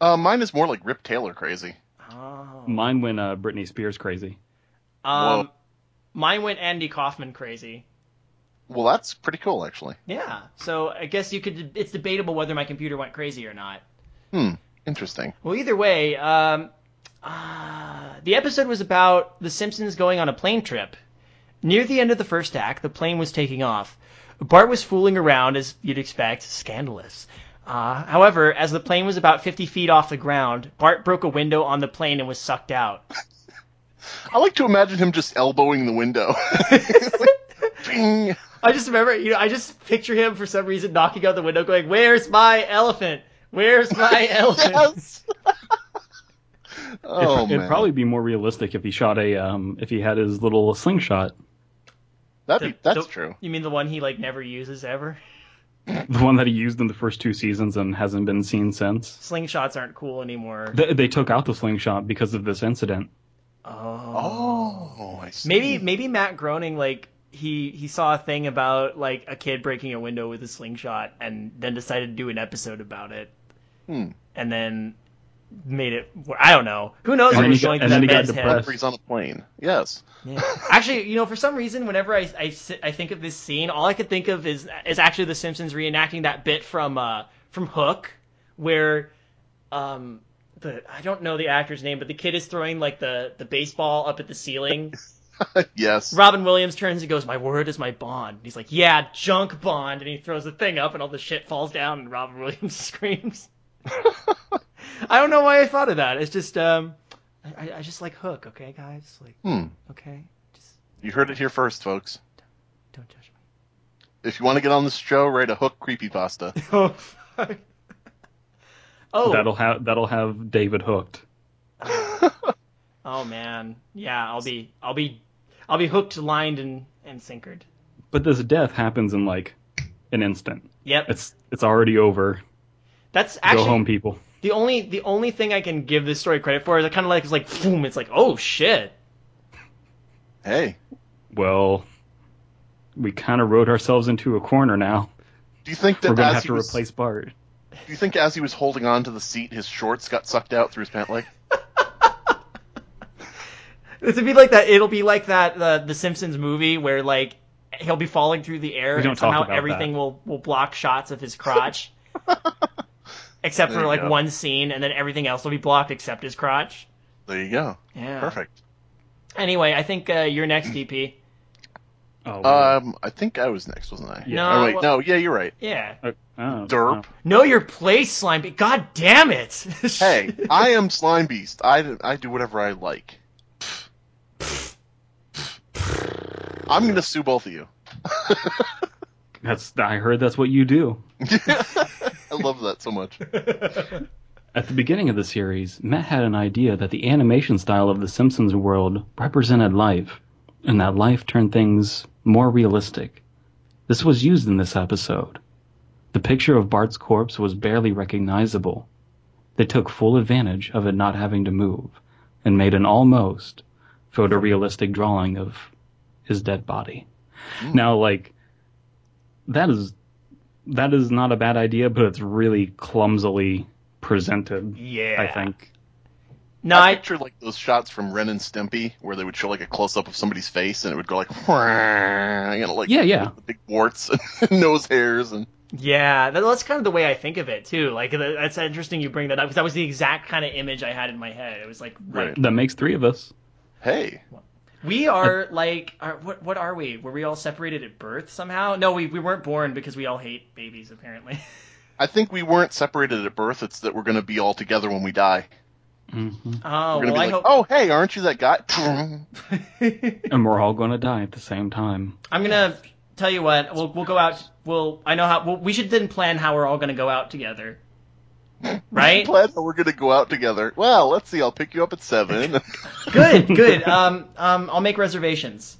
[SPEAKER 3] Uh, mine is more like Rip Taylor crazy.
[SPEAKER 1] Oh,
[SPEAKER 2] Mine went uh, Britney Spears crazy.
[SPEAKER 1] um, mine went Andy Kaufman crazy.
[SPEAKER 3] Well, that's pretty cool actually.
[SPEAKER 1] Yeah, so I guess you could. It's debatable whether my computer went crazy or not.
[SPEAKER 3] Hmm. Interesting.
[SPEAKER 1] Well, either way, um, uh, the episode was about the Simpsons going on a plane trip. Near the end of the first act, the plane was taking off. Bart was fooling around, as you'd expect, scandalous. Uh, however, as the plane was about 50 feet off the ground, Bart broke a window on the plane and was sucked out.
[SPEAKER 3] I like to imagine him just elbowing the window. Bing.
[SPEAKER 1] I just remember, you know, I just picture him for some reason knocking out the window, going, "Where's my elephant? Where's my elephant?"
[SPEAKER 3] Yes. oh
[SPEAKER 2] it'd,
[SPEAKER 3] man.
[SPEAKER 2] it'd probably be more realistic if he shot a um, if he had his little slingshot,
[SPEAKER 3] That'd be,
[SPEAKER 1] The-
[SPEAKER 3] that's
[SPEAKER 1] the-
[SPEAKER 3] true.
[SPEAKER 1] You mean the one he like never uses ever?
[SPEAKER 2] the one that he used in the first two seasons and hasn't been seen since.
[SPEAKER 1] Slingshots aren't cool anymore.
[SPEAKER 2] They, they took out the slingshot because of this incident.
[SPEAKER 3] Oh, I see.
[SPEAKER 1] Maybe maybe Matt Groening like he he saw a thing about like a kid breaking a window with a slingshot and then decided to do an episode about it.
[SPEAKER 3] Hmm.
[SPEAKER 1] And then made it I don't know. Who knows
[SPEAKER 2] And
[SPEAKER 1] what
[SPEAKER 2] then
[SPEAKER 1] was
[SPEAKER 2] he got-
[SPEAKER 1] going through
[SPEAKER 2] and
[SPEAKER 1] that
[SPEAKER 2] then he got
[SPEAKER 1] man's head.
[SPEAKER 2] depressed.
[SPEAKER 3] Humphrey's on a plane. Yes.
[SPEAKER 1] Yeah. Actually, you know, for some reason whenever I, I si- I think of this scene, all I could think of is is actually the Simpsons reenacting that bit from uh from Hook where um the I don't know the actor's name, but the kid is throwing like the the baseball up at the ceiling.
[SPEAKER 3] Yes.
[SPEAKER 1] Robin Williams turns and goes, "My word is my bond." And he's like, "Yeah, junk bond," and he throws the thing up, and all the shit falls down, and Robin Williams screams. I don't know why I thought of that. It's just, um, I, I just like Hook. Okay, guys, like,
[SPEAKER 3] Hmm.
[SPEAKER 1] okay, just
[SPEAKER 3] You heard it here first, folks.
[SPEAKER 1] don't judge me.
[SPEAKER 3] If you want to get on this show, write a hook creepypasta.
[SPEAKER 1] Oh, fuck. oh,
[SPEAKER 2] That'll have that'll have David hooked.
[SPEAKER 1] oh man, yeah, I'll be, I'll be, I'll be hooked, lined, and and sinkered.
[SPEAKER 2] But this death happens in like an instant.
[SPEAKER 1] Yep,
[SPEAKER 2] It's it's already over.
[SPEAKER 1] that's actually
[SPEAKER 2] Go home, people.
[SPEAKER 1] The only the only thing I can give this story credit for is I kind of like it's like boom, it's like oh shit.
[SPEAKER 3] Hey,
[SPEAKER 2] Well, we kind of rode ourselves into a corner now.
[SPEAKER 3] do you think
[SPEAKER 2] We're
[SPEAKER 3] that
[SPEAKER 2] gonna
[SPEAKER 3] as
[SPEAKER 2] have
[SPEAKER 3] he
[SPEAKER 2] to
[SPEAKER 3] was,
[SPEAKER 2] replace Bart.
[SPEAKER 3] do you think as he was holding on to the seat, his shorts got sucked out through his pant leg?
[SPEAKER 1] It'll be like that. It'll be like that uh, the the Simpsons movie where like he'll be falling through the air
[SPEAKER 2] We don't
[SPEAKER 1] and
[SPEAKER 2] talk
[SPEAKER 1] somehow
[SPEAKER 2] about
[SPEAKER 1] everything
[SPEAKER 2] that.
[SPEAKER 1] will will block shots of his crotch. except
[SPEAKER 3] There
[SPEAKER 1] for
[SPEAKER 3] you
[SPEAKER 1] like
[SPEAKER 3] go.
[SPEAKER 1] one scene, and then everything else will be blocked except his crotch.
[SPEAKER 3] There you go.
[SPEAKER 1] Yeah.
[SPEAKER 3] Perfect.
[SPEAKER 1] Anyway, I think uh, you're next, DP.
[SPEAKER 2] Oh,
[SPEAKER 3] Um, I think I was next, wasn't I?
[SPEAKER 2] Yeah.
[SPEAKER 1] No,
[SPEAKER 3] Oh, wait,
[SPEAKER 1] well-
[SPEAKER 3] no. Yeah, you're right.
[SPEAKER 1] Yeah.
[SPEAKER 2] oh, oh,
[SPEAKER 3] Derp.
[SPEAKER 1] Know your place, slime. Be- God damn it!
[SPEAKER 3] Hey, I am Slime Beast. I, I do whatever I like. I'm gonna sue both of you.
[SPEAKER 2] That's I heard that's what you do.
[SPEAKER 3] I love that so much.
[SPEAKER 2] At the beginning of the series, Matt had an idea that the animation style of the Simpsons world represented life, and that life turned things more realistic. This was used in this episode. The picture of Bart's corpse was barely recognizable. They took full advantage of it not having to move, and made an almost photorealistic drawing of his dead body. Now, like, that is that is not a bad idea, but it's really clumsily presented.
[SPEAKER 1] yeah.
[SPEAKER 2] I think.
[SPEAKER 1] No, I,
[SPEAKER 3] picture like those shots from Ren and Stimpy where they would show like a close up of somebody's face and it would go like, you know, like
[SPEAKER 2] Yeah, yeah.
[SPEAKER 3] big warts and nose hairs and
[SPEAKER 1] yeah, that, that's kind of the way I think of it too. Like th- that's interesting you bring that up because that was the exact kind of image I had in my head. It was like, like
[SPEAKER 3] Right.
[SPEAKER 2] That makes three of us.
[SPEAKER 3] hey,
[SPEAKER 1] we are like, are, what what are we? Were we all separated at birth somehow? No, we we weren't born because we all hate babies apparently.
[SPEAKER 3] I think we weren't separated at birth. It's that we're gonna be all together when we die.
[SPEAKER 2] hmm
[SPEAKER 1] Oh
[SPEAKER 3] We're gonna
[SPEAKER 1] well, I
[SPEAKER 3] be like,
[SPEAKER 1] hope.
[SPEAKER 3] oh hey, aren't you that guy? "Oh!"
[SPEAKER 2] And we're all going to die at the same time.
[SPEAKER 1] I'm gonna tell you what. We'll we'll go out. We'll I know how. We'll, we should then plan how we're all gonna go out together. Right.
[SPEAKER 3] Glad that we're gonna go out together. Well, let's see. I'll pick you up at seven.
[SPEAKER 1] good. Good. Um. Um. I'll make reservations.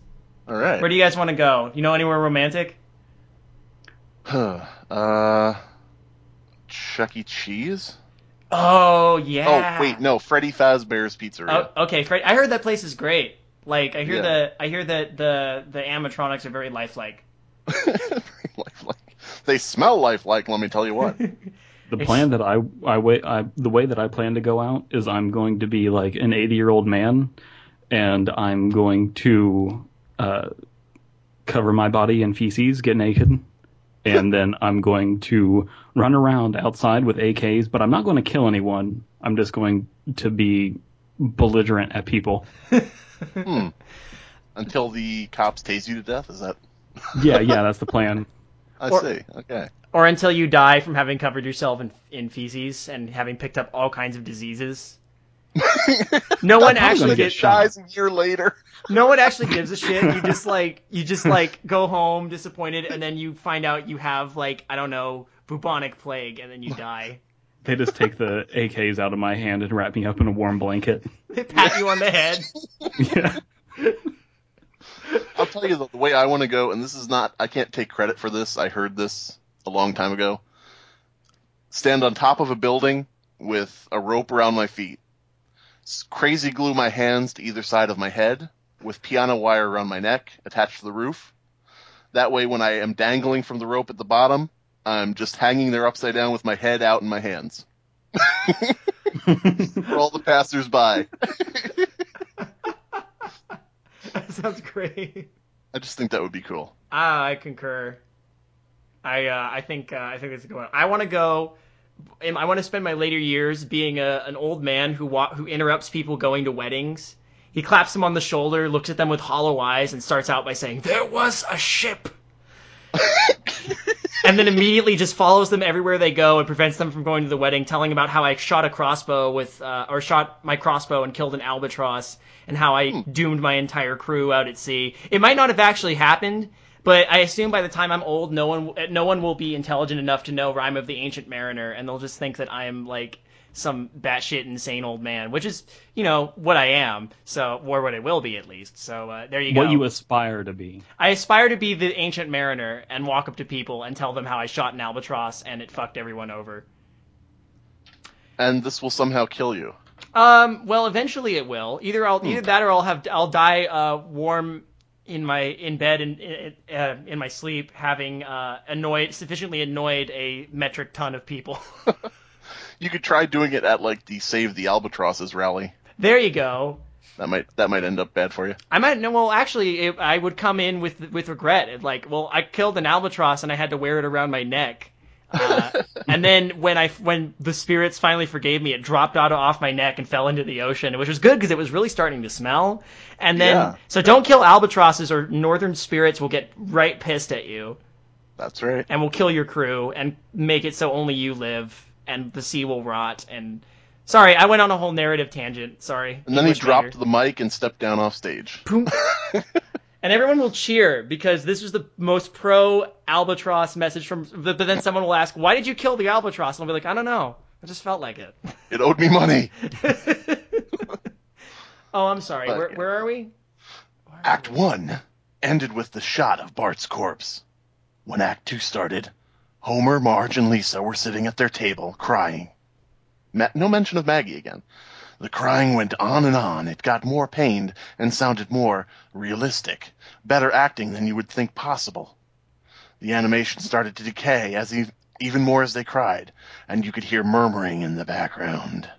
[SPEAKER 3] all right.
[SPEAKER 1] Where do you guys want to go? You know anywhere romantic?
[SPEAKER 3] uh, Chuck E. Cheese.
[SPEAKER 1] Oh yeah.
[SPEAKER 3] Oh wait, no, Freddy Fazbear's Pizzeria.
[SPEAKER 1] Oh, okay, Fred. I heard that place is great. Like I hear
[SPEAKER 3] Yeah.
[SPEAKER 1] the I hear that the the animatronics are very lifelike. Oh.
[SPEAKER 3] lifelike. They smell lifelike. Let me tell you what.
[SPEAKER 2] The plan that I, I, wa- I, the way that I plan to go out is I'm going to be like an 80 year old man, and I'm going to uh, cover my body in feces, get naked, and then I'm going to run around outside with AKs. But I'm not going to kill anyone. I'm just going to be belligerent at people.
[SPEAKER 3] Until the cops tase you to death. Is that?
[SPEAKER 2] Yeah, yeah, that's the plan.
[SPEAKER 3] I
[SPEAKER 1] Or-
[SPEAKER 3] see. Okay.
[SPEAKER 1] Or until you die from having covered yourself in, in feces and having picked up all kinds of diseases. No one
[SPEAKER 2] probably
[SPEAKER 1] actually
[SPEAKER 2] gonna get
[SPEAKER 1] gets,
[SPEAKER 2] shot.
[SPEAKER 3] Dies a year later.
[SPEAKER 1] no one actually gives a shit. You just like you just like go home disappointed and then you find out you have like I don't know bubonic plague and then you die.
[SPEAKER 2] They just take the AKs out of my hand and wrap me up in a warm blanket.
[SPEAKER 1] They pat you on the head.
[SPEAKER 2] Yeah.
[SPEAKER 3] I'll tell you the, the way I want to go, and this is not, I can't take credit for this. I heard this a long time ago. Stand on top of a building with a rope around my feet, S- crazy glue my hands to either side of my head with piano wire around my neck attached to the roof. That way, when I am dangling from the rope at the bottom, I'm just hanging there upside down with my head out in my hands. for all the passersby.
[SPEAKER 1] That sounds great.
[SPEAKER 3] I just think that would be cool.
[SPEAKER 1] Ah, I concur. I uh, I think uh, I think that's a good one. I want to go. am- I want to spend my later years being a, an old man who wa- who interrupts people going to weddings. He claps them on the shoulder, looks at them with hollow eyes, and starts out by saying, "There was a ship." and then immediately just follows them everywhere they go and prevents them from going to the wedding, telling about how I shot a crossbow with, uh, or shot my crossbow and killed an albatross, and how I
[SPEAKER 2] Hmm.
[SPEAKER 1] doomed my entire crew out at sea. It might not have actually happened, but I assume by the time I'm old, no one, no one will be intelligent enough to know "Rhyme of the Ancient Mariner," and they'll just think that I am like some batshit insane old man, which is, you know, what I am. So, or what I will be at least. So uh, there you go.
[SPEAKER 2] What you aspire to be.
[SPEAKER 1] I aspire to be the ancient mariner and walk up to people and tell them how I shot an albatross and it fucked everyone over.
[SPEAKER 3] And this will somehow kill you.
[SPEAKER 1] Um, well, eventually it will. Either I'll either that or I'll have I'll die uh, warm in my in bed and in, uh, in my sleep, having uh, annoyed sufficiently annoyed a metric ton of people.
[SPEAKER 3] You could try doing it at like the Save the Albatrosses rally.
[SPEAKER 1] there you go.
[SPEAKER 3] That might that might end up bad for you.
[SPEAKER 1] I might no. Well, actually, it, I would come in with with regret. It, Like, well, I killed an albatross and I had to wear it around my neck. Uh, and then when I when the spirits finally forgave me, it dropped out off my neck and fell into the ocean, which was good because it was really starting to smell. And then
[SPEAKER 3] Yeah.
[SPEAKER 1] so don't kill albatrosses or northern spirits will get right pissed at you
[SPEAKER 3] That's right.
[SPEAKER 1] and will kill your crew and make it so only you live and the sea will rot and sorry, I went on a whole narrative tangent. Sorry.
[SPEAKER 3] And then he
[SPEAKER 1] English
[SPEAKER 3] dropped
[SPEAKER 1] major.
[SPEAKER 3] the mic and stepped down off stage.
[SPEAKER 1] and everyone will cheer because this was the most pro albatross message from but but then someone will ask, "Why did you kill the albatross?" And I'll be like, "I don't know. I just felt like it."
[SPEAKER 3] It owed me money.
[SPEAKER 1] oh, I'm sorry.
[SPEAKER 3] But-
[SPEAKER 1] Where, where are we?
[SPEAKER 3] Act one ended with the shot of Bart's corpse. When Act two started, Homer, Marge, and Lisa were sitting at their table crying. Ma- no mention of Maggie again. The crying went on and on. It got more pained and sounded more realistic, better acting than you would think possible. The animation started to decay as e- even more as they cried, and you could hear murmuring in the background.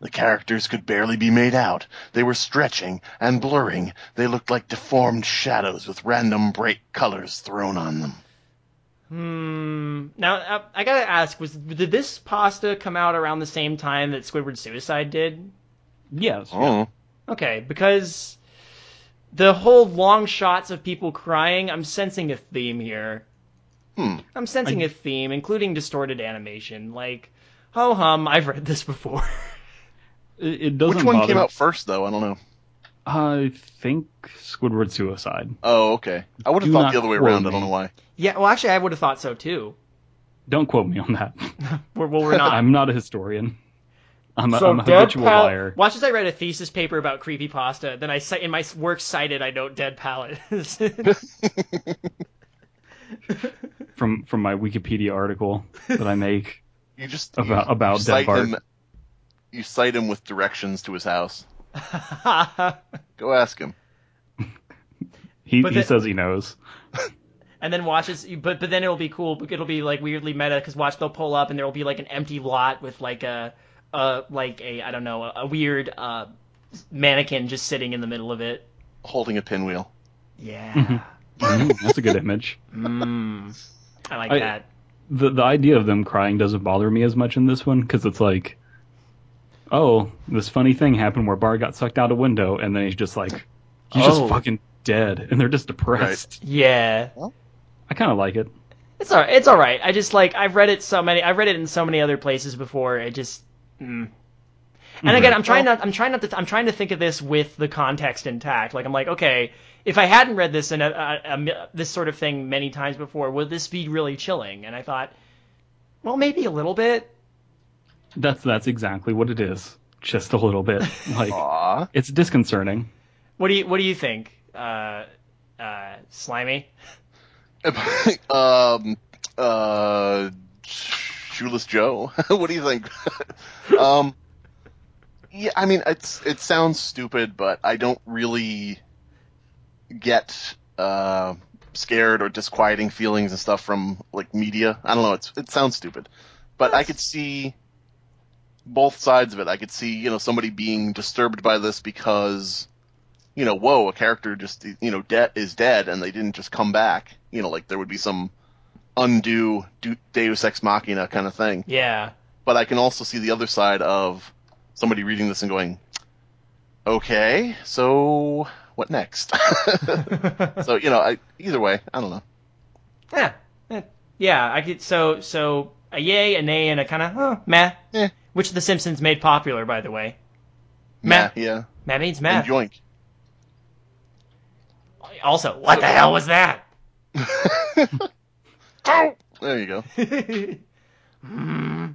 [SPEAKER 3] The characters could barely be made out. They were stretching and blurring. They looked like deformed shadows with random bright colors thrown on them.
[SPEAKER 1] Hmm. Now I, I gotta ask: Was did this pasta come out around the same time that Squidward Suicide did?
[SPEAKER 2] Yes.
[SPEAKER 3] Oh.
[SPEAKER 1] Okay, because the whole long shots of people crying, I'm sensing a theme here.
[SPEAKER 3] Hmm.
[SPEAKER 1] I'm sensing a theme, including distorted animation. Like, ho hum, I've read this before.
[SPEAKER 2] It, it doesn't
[SPEAKER 3] Which one
[SPEAKER 2] bother.
[SPEAKER 3] came out first, though? I don't know.
[SPEAKER 2] I think Squidward Suicide.
[SPEAKER 3] Oh, okay. I would have
[SPEAKER 2] Do
[SPEAKER 3] thought
[SPEAKER 2] not
[SPEAKER 3] the other way
[SPEAKER 2] quote
[SPEAKER 3] around. I don't
[SPEAKER 2] me.
[SPEAKER 3] know why.
[SPEAKER 1] yeah, well, actually, I would have thought so too.
[SPEAKER 2] Don't quote me on that.
[SPEAKER 1] Well, well we're not.
[SPEAKER 2] I'm not a historian. I'm a,
[SPEAKER 1] So
[SPEAKER 2] am a habitual
[SPEAKER 1] Dead Pal-
[SPEAKER 2] liar.
[SPEAKER 1] Watch as I write a thesis paper about creepypasta. Then I cite in my works cited, I note Dead Palette.
[SPEAKER 2] from from my Wikipedia article that I make.
[SPEAKER 3] You just
[SPEAKER 2] About-
[SPEAKER 3] you,
[SPEAKER 2] about
[SPEAKER 3] you cite
[SPEAKER 2] Dead Bart.
[SPEAKER 3] him. You cite him with directions to his house. Go ask him.
[SPEAKER 2] He,
[SPEAKER 1] But
[SPEAKER 2] he
[SPEAKER 1] the-
[SPEAKER 2] says he knows.
[SPEAKER 1] and then watch as, but but then it'll be cool. It'll be like weirdly meta because watch they'll pull up and there will be like an empty lot with like a, uh, like a I don't know a, a weird uh, mannequin just sitting in the middle of it.
[SPEAKER 3] Holding a pinwheel.
[SPEAKER 1] Yeah.
[SPEAKER 2] Mm, that's a good image.
[SPEAKER 1] mm. I like
[SPEAKER 2] I-
[SPEAKER 1] that.
[SPEAKER 2] The the idea of them crying doesn't bother me as much in this one because it's like, oh, this funny thing happened where Bart got sucked out a window and then he's just like, he's
[SPEAKER 1] Oh.
[SPEAKER 2] just fucking dead, and they're just depressed.
[SPEAKER 1] Yeah.
[SPEAKER 2] I kind of like it.
[SPEAKER 1] It's all right. It's all right. I just like I've read it so many. I've read it in so many other places before. It just. Mm. And again, I'm trying not. I'm trying not to. I'm trying to think of this with the context intact. Like I'm like, okay, if I hadn't read this in a, a, a mi- this sort of thing many times before, would this be really chilling? And I thought, well, maybe a little bit.
[SPEAKER 2] That's that's exactly what it is. Just a little bit. Like
[SPEAKER 3] Aw.
[SPEAKER 2] it's disconcerting.
[SPEAKER 1] What do you What do you think, uh, uh, slimy?
[SPEAKER 3] um, uh, Shoeless Joe. what do you think? um, yeah, I mean, it's it sounds stupid, but I don't really get uh, scared or disquieting feelings and stuff from like media. I don't know. It's it sounds stupid, but I could see both sides of it. I could see you know somebody being disturbed by this because you know, whoa, a character just you know dead is dead, and they didn't just come back. You know, like there would be some undue du- Deus ex machina kind of thing.
[SPEAKER 1] Yeah.
[SPEAKER 3] But I can also see the other side of somebody reading this and going, "Okay, so what next?" so you know, I, either way, I don't know.
[SPEAKER 1] Yeah. Eh, Yeah, I could so so a yay, a nay, and a kinda huh, meh.
[SPEAKER 3] Eh.
[SPEAKER 1] Which the Simpsons made popular, by the way.
[SPEAKER 3] Meh,
[SPEAKER 1] Meh.
[SPEAKER 3] yeah,
[SPEAKER 1] Meh means meh.
[SPEAKER 3] and joink.
[SPEAKER 1] Also, what the hell was that? Oh!
[SPEAKER 3] There you go.
[SPEAKER 1] Mm.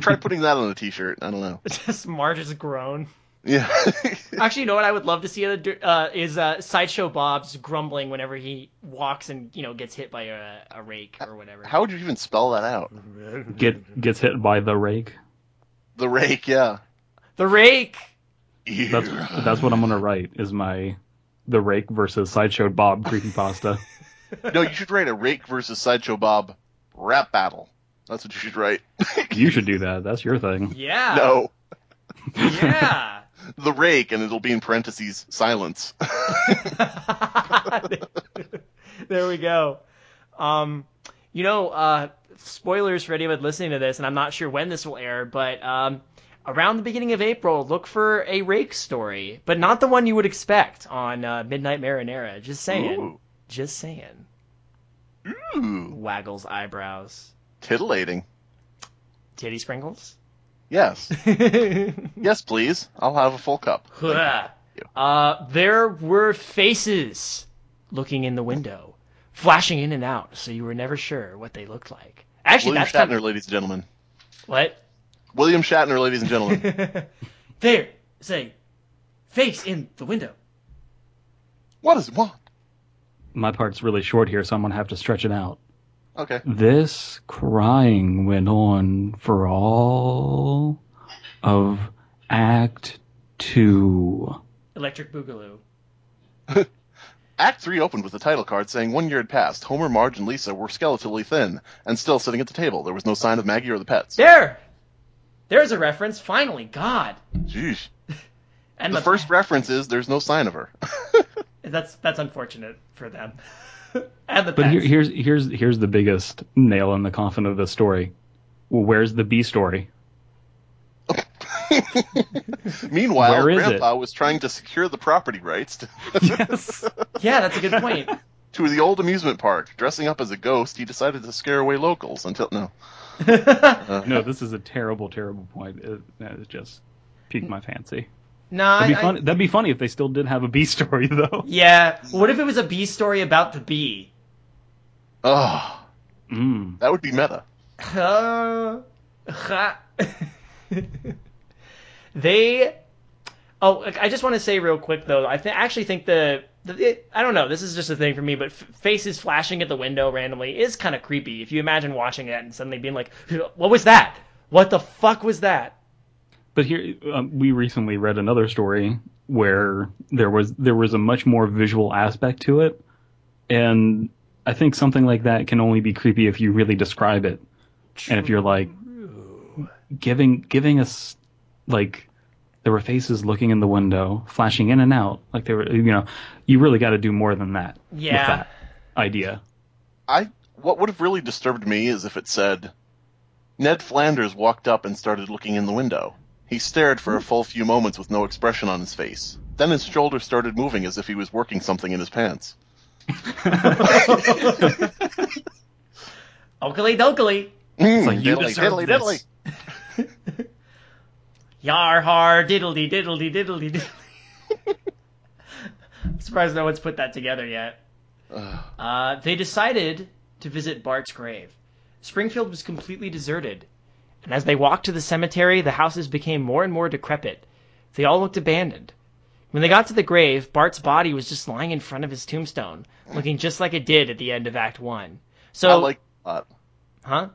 [SPEAKER 3] Try putting that on a T-shirt. I don't know.
[SPEAKER 1] Just Marge's groan.
[SPEAKER 3] Yeah.
[SPEAKER 1] Actually, you know what I would love to see uh, is uh, sideshow Bob's grumbling whenever he walks and you know gets hit by a, a rake or whatever.
[SPEAKER 3] How would you even spell that out?
[SPEAKER 2] Get gets hit by the rake.
[SPEAKER 3] The rake, yeah.
[SPEAKER 1] the rake.
[SPEAKER 2] That's
[SPEAKER 3] Yeah.
[SPEAKER 2] that's what I'm gonna write is my the rake versus sideshow Bob creepypasta.
[SPEAKER 3] No, you should write a Rake versus Sideshow Bob rap battle. That's what you should write.
[SPEAKER 2] you should do that. That's your thing.
[SPEAKER 1] Yeah.
[SPEAKER 3] No,
[SPEAKER 1] Yeah.
[SPEAKER 3] the Rake, and it'll be in parentheses silence.
[SPEAKER 1] there we go. Um, you know, uh, spoilers for anyone listening to this, and I'm not sure when this will air, but um, around the beginning of April, look for a Rake story, but not the one you would expect on uh, Midnight Marinera. Just saying.
[SPEAKER 3] Ooh.
[SPEAKER 1] Just saying.
[SPEAKER 3] Ooh,
[SPEAKER 1] Waggles eyebrows.
[SPEAKER 3] titillating.
[SPEAKER 1] Titty sprinkles.
[SPEAKER 3] Yes. yes, please. I'll have a full cup.
[SPEAKER 1] uh, there were faces looking in the window, flashing in and out, so you were never sure what they looked like. Actually,
[SPEAKER 3] William
[SPEAKER 1] that's kind
[SPEAKER 3] Shatner, ladies and gentlemen.
[SPEAKER 1] what
[SPEAKER 3] William Shatner, ladies and gentlemen.
[SPEAKER 1] there say face in the window.
[SPEAKER 3] what does it want?
[SPEAKER 2] My part's really short here, so I'm gonna have to stretch it out.
[SPEAKER 3] Okay.
[SPEAKER 2] This crying went on for all of Act Two.
[SPEAKER 1] Electric Boogaloo.
[SPEAKER 3] Act 3 opened with a title card saying one year had passed. Homer, Marge, and Lisa were skeletally thin and still sitting at the table. There was no sign of Maggie or the pets.
[SPEAKER 1] There, there's a reference. Finally, God.
[SPEAKER 3] Jeez.
[SPEAKER 1] And
[SPEAKER 3] The first reference is there's no sign of her.
[SPEAKER 1] That's that's unfortunate for them. and the
[SPEAKER 2] But here,
[SPEAKER 1] pets.
[SPEAKER 2] here's here's here's the biggest nail in the coffin of the story. Well, where's the B story?
[SPEAKER 3] Meanwhile,
[SPEAKER 2] Where is
[SPEAKER 3] Grandpa was trying to secure the property rights to,
[SPEAKER 2] yes.
[SPEAKER 1] Yeah, that's a good point.
[SPEAKER 3] to the old amusement park. Dressing up as a ghost, he decided to scare away locals until no.
[SPEAKER 2] No, this is a terrible, terrible point. It, it just piqued my fancy.
[SPEAKER 1] no, I,
[SPEAKER 2] That'd
[SPEAKER 1] I-
[SPEAKER 2] be, funny. That'd be funny if they still did have a B story, though.
[SPEAKER 1] yeah. What if it was a bee story about the bee?
[SPEAKER 3] Oh,
[SPEAKER 2] Mm.
[SPEAKER 3] that would be meta.
[SPEAKER 1] Uh, they. Oh, like, I just want to say real quick though. I th- actually think the, the it, I don't know. This is just a thing for me, but f- faces flashing at the window randomly is kind of creepy. If you imagine watching it and suddenly being like, "What was that? What the fuck was that?"
[SPEAKER 2] But here, um, we recently read another story where there was there was a much more visual aspect to it, and I think something like that can only be creepy if you really describe it, and if you're like giving giving us like there were faces looking in the window, flashing in and out, like they were you know, you really got to do more than that. with
[SPEAKER 1] Yeah.
[SPEAKER 2] that idea.
[SPEAKER 3] I what would have really disturbed me is if it said Ned Flanders walked up and started looking in the window. He stared for a full few moments with no expression on his face. Then his shoulders started moving as if he was working something in his pants.
[SPEAKER 1] Oakley dokley,
[SPEAKER 3] Mm,
[SPEAKER 2] like, you
[SPEAKER 3] diddly,
[SPEAKER 2] deserve
[SPEAKER 3] diddly,
[SPEAKER 2] this.
[SPEAKER 3] diddly.
[SPEAKER 1] yar har diddledy diddledy diddledy. diddledy. I'm surprised no one's put that together yet.
[SPEAKER 3] Ugh.
[SPEAKER 1] Uh, they decided to visit Bart's grave. Springfield was completely deserted, and as they walked to the cemetery, the houses became more and more decrepit. They all looked abandoned. When they got to the grave, Bart's body was just lying in front of his tombstone, looking just like it did at the end of Act One. So,
[SPEAKER 2] Oh.
[SPEAKER 3] I like that. a lot.
[SPEAKER 1] huh?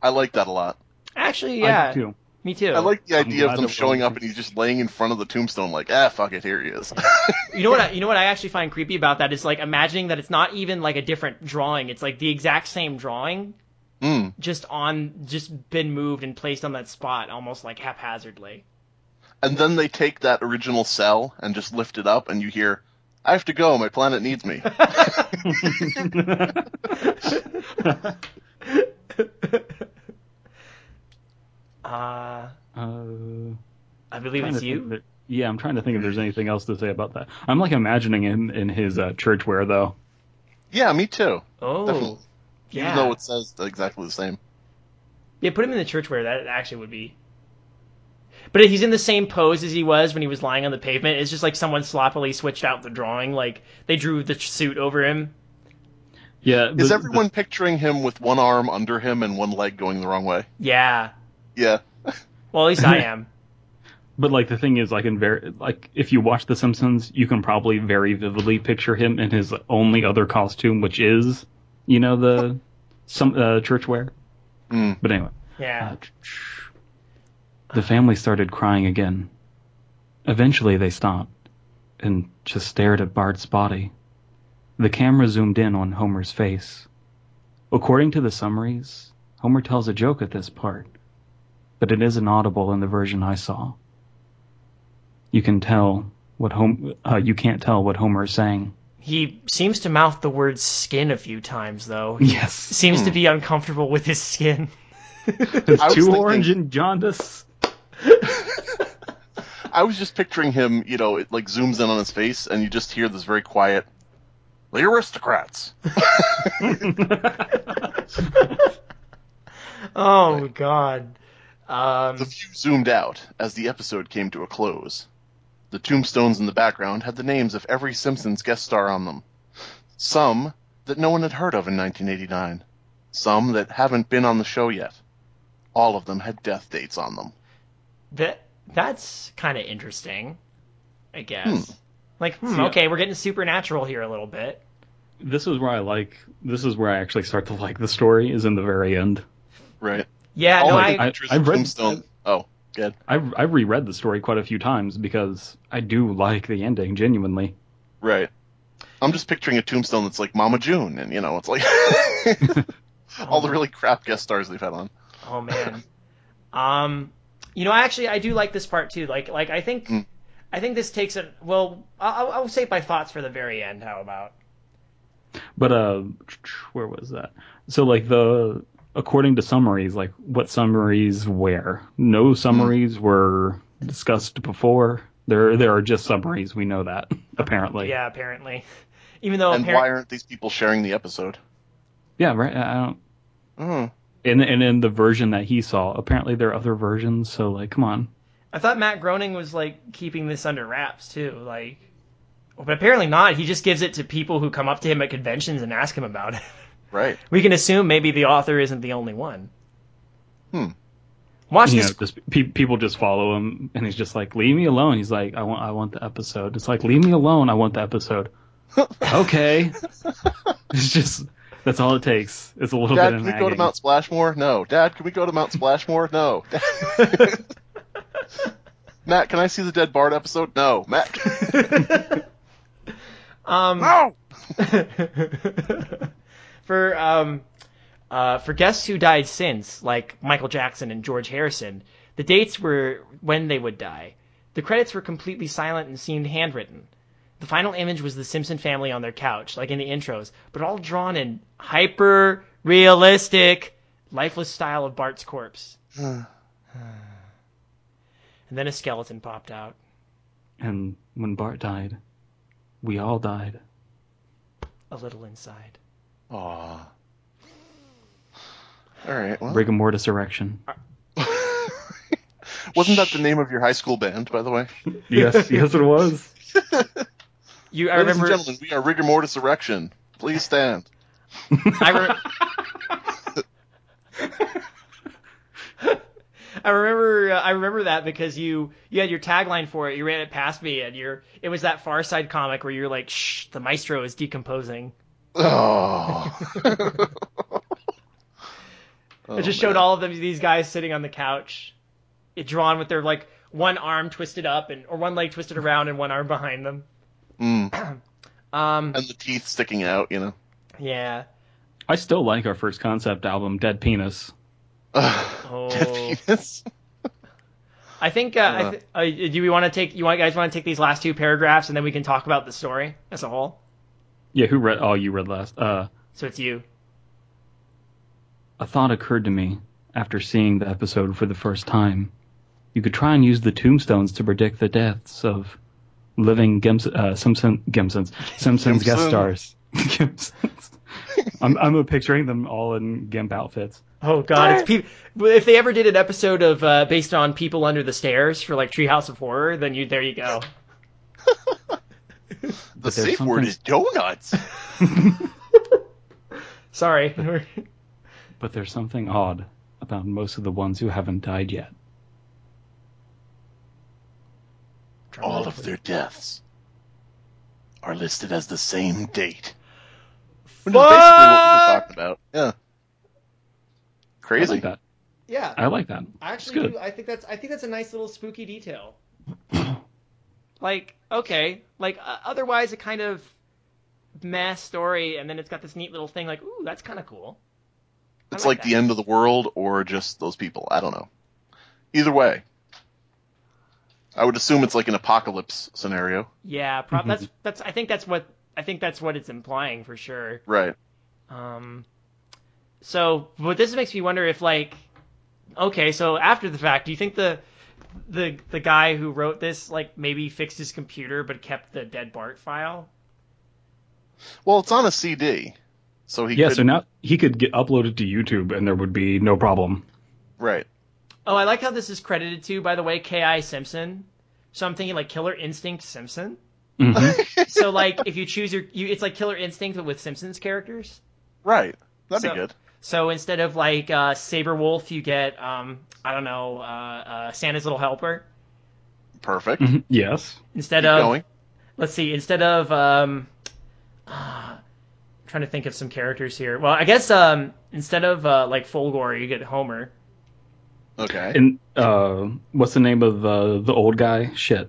[SPEAKER 3] I like that a lot.
[SPEAKER 1] Actually,
[SPEAKER 2] I
[SPEAKER 1] yeah,
[SPEAKER 2] do too.
[SPEAKER 1] me too.
[SPEAKER 3] I like the idea
[SPEAKER 2] glad
[SPEAKER 3] of them
[SPEAKER 2] that
[SPEAKER 3] showing
[SPEAKER 2] we're-
[SPEAKER 3] up and he's just laying in front of the tombstone like, ah, fuck it, here he is.
[SPEAKER 1] You know what? I, you know what I actually find creepy about that is like imagining that it's not even like a different drawing. It's like the exact same drawing,
[SPEAKER 3] Hmm.
[SPEAKER 1] just on just been moved and placed on that spot almost like haphazardly.
[SPEAKER 3] And then they take that original cell and just lift it up, and you hear, I have to go, my planet needs me.
[SPEAKER 2] Uh,
[SPEAKER 1] Uh,
[SPEAKER 2] Uh,
[SPEAKER 1] I believe
[SPEAKER 2] trying
[SPEAKER 1] it's
[SPEAKER 2] to think
[SPEAKER 1] you.
[SPEAKER 2] if there- yeah, I'm trying to think if there's anything else to say about that. I'm like imagining him in his uh, church wear though.
[SPEAKER 3] yeah, me too.
[SPEAKER 1] Oh,
[SPEAKER 3] Definitely.
[SPEAKER 1] yeah.
[SPEAKER 3] Even though it says exactly the same.
[SPEAKER 1] yeah, put him in the church where that actually would be. But he's in the same pose as he was when he was lying on the pavement. It's just like someone sloppily switched out the drawing. Like they drew the suit over him.
[SPEAKER 2] Yeah,
[SPEAKER 3] Is everyone picturing him with one arm under him and one leg going the wrong way?
[SPEAKER 1] Yeah.
[SPEAKER 3] Yeah.
[SPEAKER 1] Well, at least I am.
[SPEAKER 2] But like the thing is, I can very like if you watch The Simpsons, you can probably very vividly picture him in his only other costume, which is you know the some uh, church wear.
[SPEAKER 3] Mm.
[SPEAKER 2] But anyway, Uh,
[SPEAKER 1] Yeah.
[SPEAKER 2] the family started crying again. Eventually, they stopped and just stared at Bart's body. The camera zoomed in on Homer's face. According to the summaries, Homer tells a joke at this part, but it isn't audible in the version I saw. You can tell what Hom- uh, you can't tell what Homer is saying.
[SPEAKER 1] He seems to mouth the word skin a few times, though. He
[SPEAKER 2] Yes.
[SPEAKER 1] seems to be uncomfortable with his skin.
[SPEAKER 2] There's
[SPEAKER 3] was
[SPEAKER 2] two
[SPEAKER 3] thinking-
[SPEAKER 2] orange and jaundice.
[SPEAKER 3] I was just picturing him, you know, it like zooms in on his face, and you just hear this very quiet, the aristocrats.
[SPEAKER 1] Oh, God.
[SPEAKER 3] The
[SPEAKER 1] Um,
[SPEAKER 3] view zoomed out as the episode came to a close. The tombstones in the background had the names of every Simpsons guest star on them. Some that no one had heard of in 1989. Some that haven't been on the show yet. All of them had death dates on them.
[SPEAKER 1] that, that's kind of interesting, I guess. Like, hmm,
[SPEAKER 2] Yeah.
[SPEAKER 3] uh
[SPEAKER 1] okay, we're getting supernatural here a little bit.
[SPEAKER 2] This is where I like. This is where I actually start to like the story. Is in the very end.
[SPEAKER 3] Right.
[SPEAKER 1] Yeah,
[SPEAKER 3] All
[SPEAKER 1] no,
[SPEAKER 3] Oh, I
[SPEAKER 1] I,
[SPEAKER 3] could picture is
[SPEAKER 2] I've
[SPEAKER 3] the
[SPEAKER 2] read-
[SPEAKER 3] tombstone. Oh, good.
[SPEAKER 2] I I reread the story quite a few times because I do like the ending genuinely.
[SPEAKER 3] Right. I'm just picturing a tombstone that's like Mama June, and you know, it's like all the really crap guest stars they've had on.
[SPEAKER 1] Oh man. um, you know, actually, I do like this part too. Like, like I think,
[SPEAKER 3] Mm.
[SPEAKER 1] I think this takes it. Well, I'll, I'll save my thoughts for the very end. How about?
[SPEAKER 2] But uh, where was that? So like the according to summaries, like what summaries where? No summaries were discussed before. There there are just summaries. We know that apparently.
[SPEAKER 1] Yeah, apparently. Even though
[SPEAKER 3] and
[SPEAKER 1] apparent-
[SPEAKER 3] why aren't these people sharing the episode?
[SPEAKER 2] Yeah. Right. I I don't.
[SPEAKER 3] Mm.
[SPEAKER 2] And and in the version that he saw, apparently there are other versions. So like, come on.
[SPEAKER 1] I thought Matt Groening was like keeping this under wraps too. Like, but apparently not. He just gives it to people who come up to him at conventions and ask him about it.
[SPEAKER 3] Right.
[SPEAKER 1] we can assume maybe the author isn't the only one.
[SPEAKER 3] Hmm.
[SPEAKER 1] Watch
[SPEAKER 2] you know,
[SPEAKER 1] this.
[SPEAKER 2] just pe- people just follow him, and he's just like, "Leave me alone." He's like, "I want, I want the episode." It's like, "Leave me alone. I want the episode." okay, it's just that's all it takes. It's a little
[SPEAKER 3] Dad,
[SPEAKER 2] bit
[SPEAKER 3] can
[SPEAKER 2] of
[SPEAKER 3] we go to
[SPEAKER 2] nagging.
[SPEAKER 3] Mount Splashmore? No. Dad, can we go to Mount Splashmore? No. Matt, can I see the dead Bard episode? No. Matt.
[SPEAKER 1] Um,
[SPEAKER 3] no.
[SPEAKER 1] for um, uh, for guests who died since, like Michael Jackson and George Harrison, the dates were when they would die. The credits were completely silent and seemed handwritten. The final image was the Simpson family on their couch, like in the intros, but all drawn in hyper realistic, lifeless style of Bart's corpse. and then a skeleton popped out.
[SPEAKER 2] And when Bart died, we all died.
[SPEAKER 1] A little inside.
[SPEAKER 3] Aw. All right. Well,
[SPEAKER 2] Rigor mortis erection.
[SPEAKER 3] wasn't that the name of your high school band, by the way?
[SPEAKER 2] yes, yes, it was.
[SPEAKER 1] You, I
[SPEAKER 3] Ladies
[SPEAKER 1] remember.
[SPEAKER 3] and gentlemen, we are rigor mortis erection. Please stand.
[SPEAKER 1] I, re- I remember uh, I remember that because you you had your tagline for it. You ran it past me, and you're it was that Far Side comic where you're like, "Shh, the maestro is decomposing."
[SPEAKER 3] Oh.
[SPEAKER 1] it just showed all of them these guys sitting on the couch, it drawn with their like one arm twisted up and or one leg twisted around and one arm behind them. Um,
[SPEAKER 3] Mm. and the teeth sticking out, you know.
[SPEAKER 1] yeah.
[SPEAKER 2] I still like our first concept album, Dead Penis.
[SPEAKER 3] Dead
[SPEAKER 1] Oh.
[SPEAKER 3] penis.
[SPEAKER 1] I think. Uh, I th- uh, do we want to take? You want guys want to take these last two paragraphs and then we can talk about the story as a whole.
[SPEAKER 2] Yeah, who read? Oh, you read last. Uh,
[SPEAKER 1] So it's you.
[SPEAKER 2] A thought occurred to me after seeing the episode for the first time. You could try and use the tombstones to predict the deaths of living Gims, uh, Simpson, Gimsons, Simpsons guest
[SPEAKER 3] Gimson.
[SPEAKER 2] stars. Gimsons. I'm, I'm picturing them all in Gimp outfits.
[SPEAKER 1] Oh god, it's peop if they ever did an episode of uh, based on people under the stairs for like Treehouse of Horror, then you there you go.
[SPEAKER 3] The
[SPEAKER 2] there's
[SPEAKER 3] safe word
[SPEAKER 2] something-
[SPEAKER 3] is donuts.
[SPEAKER 1] Sorry.
[SPEAKER 2] But there's something odd about most of the ones who haven't died yet.
[SPEAKER 3] all of their deaths are listed as the same date. Which is basically what we were
[SPEAKER 1] Fuck!
[SPEAKER 3] talking about. Yeah.
[SPEAKER 2] I
[SPEAKER 3] Crazy.
[SPEAKER 2] like that.
[SPEAKER 1] Yeah.
[SPEAKER 2] I like that.
[SPEAKER 1] I
[SPEAKER 2] It's
[SPEAKER 1] actually
[SPEAKER 2] good.
[SPEAKER 1] do. I think that's I think that's a nice little spooky detail. like okay, like uh, otherwise a kind of mass story, and then it's got this neat little thing. Like ooh, that's kind of cool. I
[SPEAKER 3] it's like,
[SPEAKER 1] that.
[SPEAKER 3] the end of the world or just those people. I don't know. Either way, I would assume it's like an apocalypse scenario. Mm-hmm.
[SPEAKER 1] Yeah, prob- that's that's I think that's what I think that's what it's implying for sure.
[SPEAKER 3] Right.
[SPEAKER 1] Um, so, but this makes me wonder if, like, okay, so after the fact, do you think the the the guy who wrote this, like, maybe fixed his computer but kept the dead Bart file?
[SPEAKER 3] Well, it's on a CD, so he
[SPEAKER 2] yeah,
[SPEAKER 3] could,
[SPEAKER 2] so now he could get uploaded to YouTube and there would be no problem.
[SPEAKER 3] right.
[SPEAKER 1] Oh, I like how this is credited to, by the way, K.I. Simpson. So I'm thinking like Killer Instinct Simpson.
[SPEAKER 2] Mhm.
[SPEAKER 1] So like, if you choose your, you, it's like Killer Instinct but with Simpsons characters.
[SPEAKER 3] Right. That'd
[SPEAKER 1] So-
[SPEAKER 3] be good.
[SPEAKER 1] So instead of like uh, Saber Wolf, you get um, I don't know uh, uh, Santa's Little Helper.
[SPEAKER 3] Perfect.
[SPEAKER 2] Mhm. Yes.
[SPEAKER 1] Instead
[SPEAKER 3] Keep
[SPEAKER 1] of
[SPEAKER 3] going.
[SPEAKER 1] let's see, instead of um, uh, trying to think of some characters here. Well, I guess um, instead of uh, like Folgore, you get Homer.
[SPEAKER 3] Okay.
[SPEAKER 2] And uh, what's the name of the the old guy? Shit.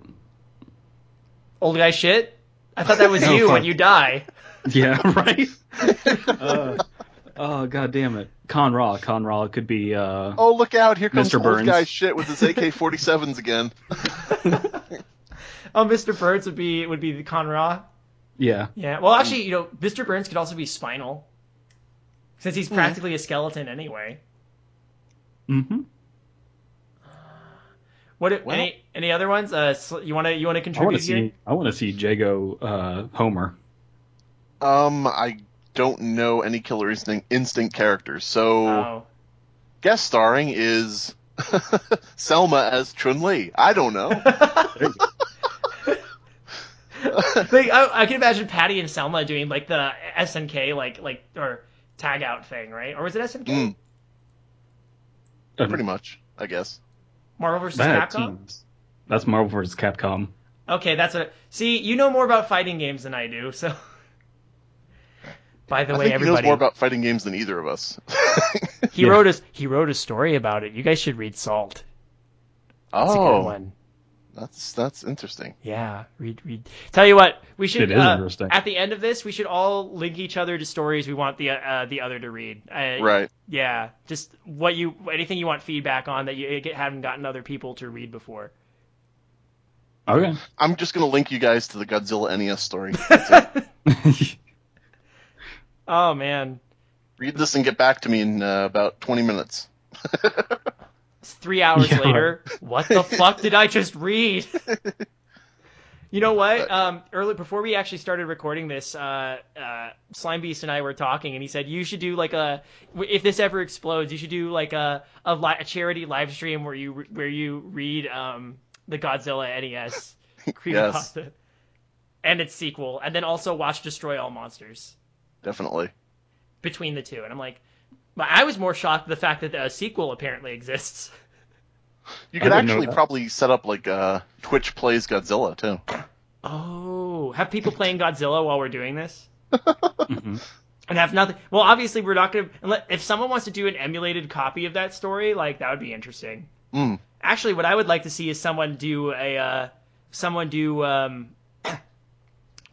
[SPEAKER 1] Old guy shit. I thought that was
[SPEAKER 2] Oh,
[SPEAKER 1] you when
[SPEAKER 2] fuck.
[SPEAKER 1] you die.
[SPEAKER 2] Yeah, right. uh, oh god damn it, Con Ra. Con Ra could be. Uh,
[SPEAKER 3] oh, look out! Here comes
[SPEAKER 2] Mr.
[SPEAKER 3] old
[SPEAKER 2] Burns.
[SPEAKER 3] guy shit with his AK-47s again.
[SPEAKER 1] Oh, Mr. Burns would be would be the Conra.
[SPEAKER 2] Yeah.
[SPEAKER 1] Yeah.
[SPEAKER 3] Um,
[SPEAKER 1] Well, actually, you know, Mr. Burns could also be Spinal, since
[SPEAKER 3] Hmm.
[SPEAKER 1] he's practically a skeleton anyway.
[SPEAKER 2] Mm-hmm.
[SPEAKER 1] What
[SPEAKER 3] Well-
[SPEAKER 1] any any other ones? Uh, sl- you wanna you wanna
[SPEAKER 2] I want
[SPEAKER 1] contribute
[SPEAKER 2] to
[SPEAKER 1] here?
[SPEAKER 2] see. I want to see Jago uh, Homer.
[SPEAKER 3] Um, I don't know any Killer Instinct, Instinct characters, so
[SPEAKER 1] Oh,
[SPEAKER 3] guest starring is Selma as Chun Li. I don't know.
[SPEAKER 1] like I, I can imagine Patty and Selma doing like the SNK like like or tag out thing, right? Or was it SNK?
[SPEAKER 3] Mm,
[SPEAKER 2] Uh,
[SPEAKER 3] pretty much, I guess.
[SPEAKER 1] Marvel versus
[SPEAKER 2] that
[SPEAKER 1] Capcom.
[SPEAKER 2] teams. That's Marvel vs. Capcom.
[SPEAKER 1] Okay, that's what. See, you know more about fighting games than I do. So, by the
[SPEAKER 3] I
[SPEAKER 1] way,
[SPEAKER 3] think he knows
[SPEAKER 1] everybody
[SPEAKER 3] more about fighting games than either of us.
[SPEAKER 1] he
[SPEAKER 2] Yeah.
[SPEAKER 1] wrote a he wrote a story about it. You guys should read Salt. It's a good
[SPEAKER 3] oh,
[SPEAKER 1] one.
[SPEAKER 3] that's that's interesting.
[SPEAKER 1] Yeah, read read. Tell you what, we should.
[SPEAKER 2] It is
[SPEAKER 1] uh,
[SPEAKER 2] interesting.
[SPEAKER 1] At the end of this, we should all link each other to stories we want the uh, the other to read. Uh,
[SPEAKER 3] Right.
[SPEAKER 1] Yeah, just what you anything you want feedback on that you get, haven't gotten other people to read before.
[SPEAKER 2] Okay.
[SPEAKER 3] I'm just gonna link you guys to the Godzilla NES story.
[SPEAKER 1] Oh man,
[SPEAKER 3] Read this and get back to me in uh, about 20 minutes.
[SPEAKER 1] it's three hours
[SPEAKER 2] Yeah.
[SPEAKER 1] later. What the fuck did I just read? you know what? Um, early before we actually started recording this, uh, uh, Slime Beast and I were talking, and he said you should do like a if this ever explodes, you should do like a a, li- a charity live stream where you where you read um the Godzilla E NES creepypasta and its sequel, and then also watch Destroy All Monsters.
[SPEAKER 3] Definitely.
[SPEAKER 1] between the two, and I'm like, but I was more shocked at the fact that a sequel apparently exists.
[SPEAKER 3] You
[SPEAKER 2] I
[SPEAKER 3] could
[SPEAKER 2] didn't know
[SPEAKER 3] actually
[SPEAKER 2] that.
[SPEAKER 3] probably set up like uh, Twitch plays Godzilla too.
[SPEAKER 1] Oh, have people playing Godzilla while we're doing this,
[SPEAKER 2] Mhm.
[SPEAKER 1] and have nothing. Well, obviously we're not gonna. unle- If someone wants to do an emulated copy of that story, like that would be interesting.
[SPEAKER 3] Mm.
[SPEAKER 1] Actually, what I would like to see is someone do a uh, someone do um, an,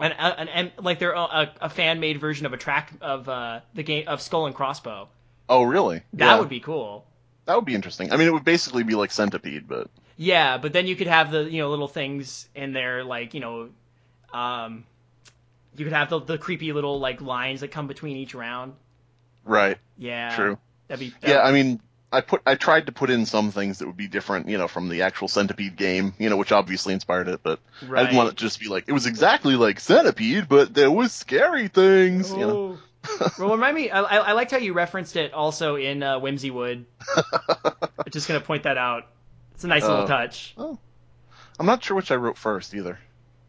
[SPEAKER 1] a- an em- like their own, a, a fan made version of a track of uh, the game of Skull and Crossbow.
[SPEAKER 3] Oh, really?
[SPEAKER 1] That
[SPEAKER 3] Yeah.
[SPEAKER 1] would be cool.
[SPEAKER 3] that would be interesting. I mean, it would basically be like Centipede, but
[SPEAKER 1] Yeah, but then you could have the you know little things in there like you know, um, you could have the the creepy little like lines that come between each round.
[SPEAKER 3] right,
[SPEAKER 1] Yeah,
[SPEAKER 3] true.
[SPEAKER 1] That'd be
[SPEAKER 3] Yeah, I mean, I put I tried to put in some things that would be different, you know, from the actual Centipede game, you know, which obviously inspired it, but I
[SPEAKER 1] right.
[SPEAKER 3] didn't want it to just be like it was exactly like Centipede, but there was scary things. You know,
[SPEAKER 1] Oh. well, remind me. I, I I liked how you referenced it also in uh, Whimsy Wood. I'm just gonna point that out. It's a nice
[SPEAKER 3] Oh.
[SPEAKER 1] little touch.
[SPEAKER 3] I'm not sure which I wrote first either.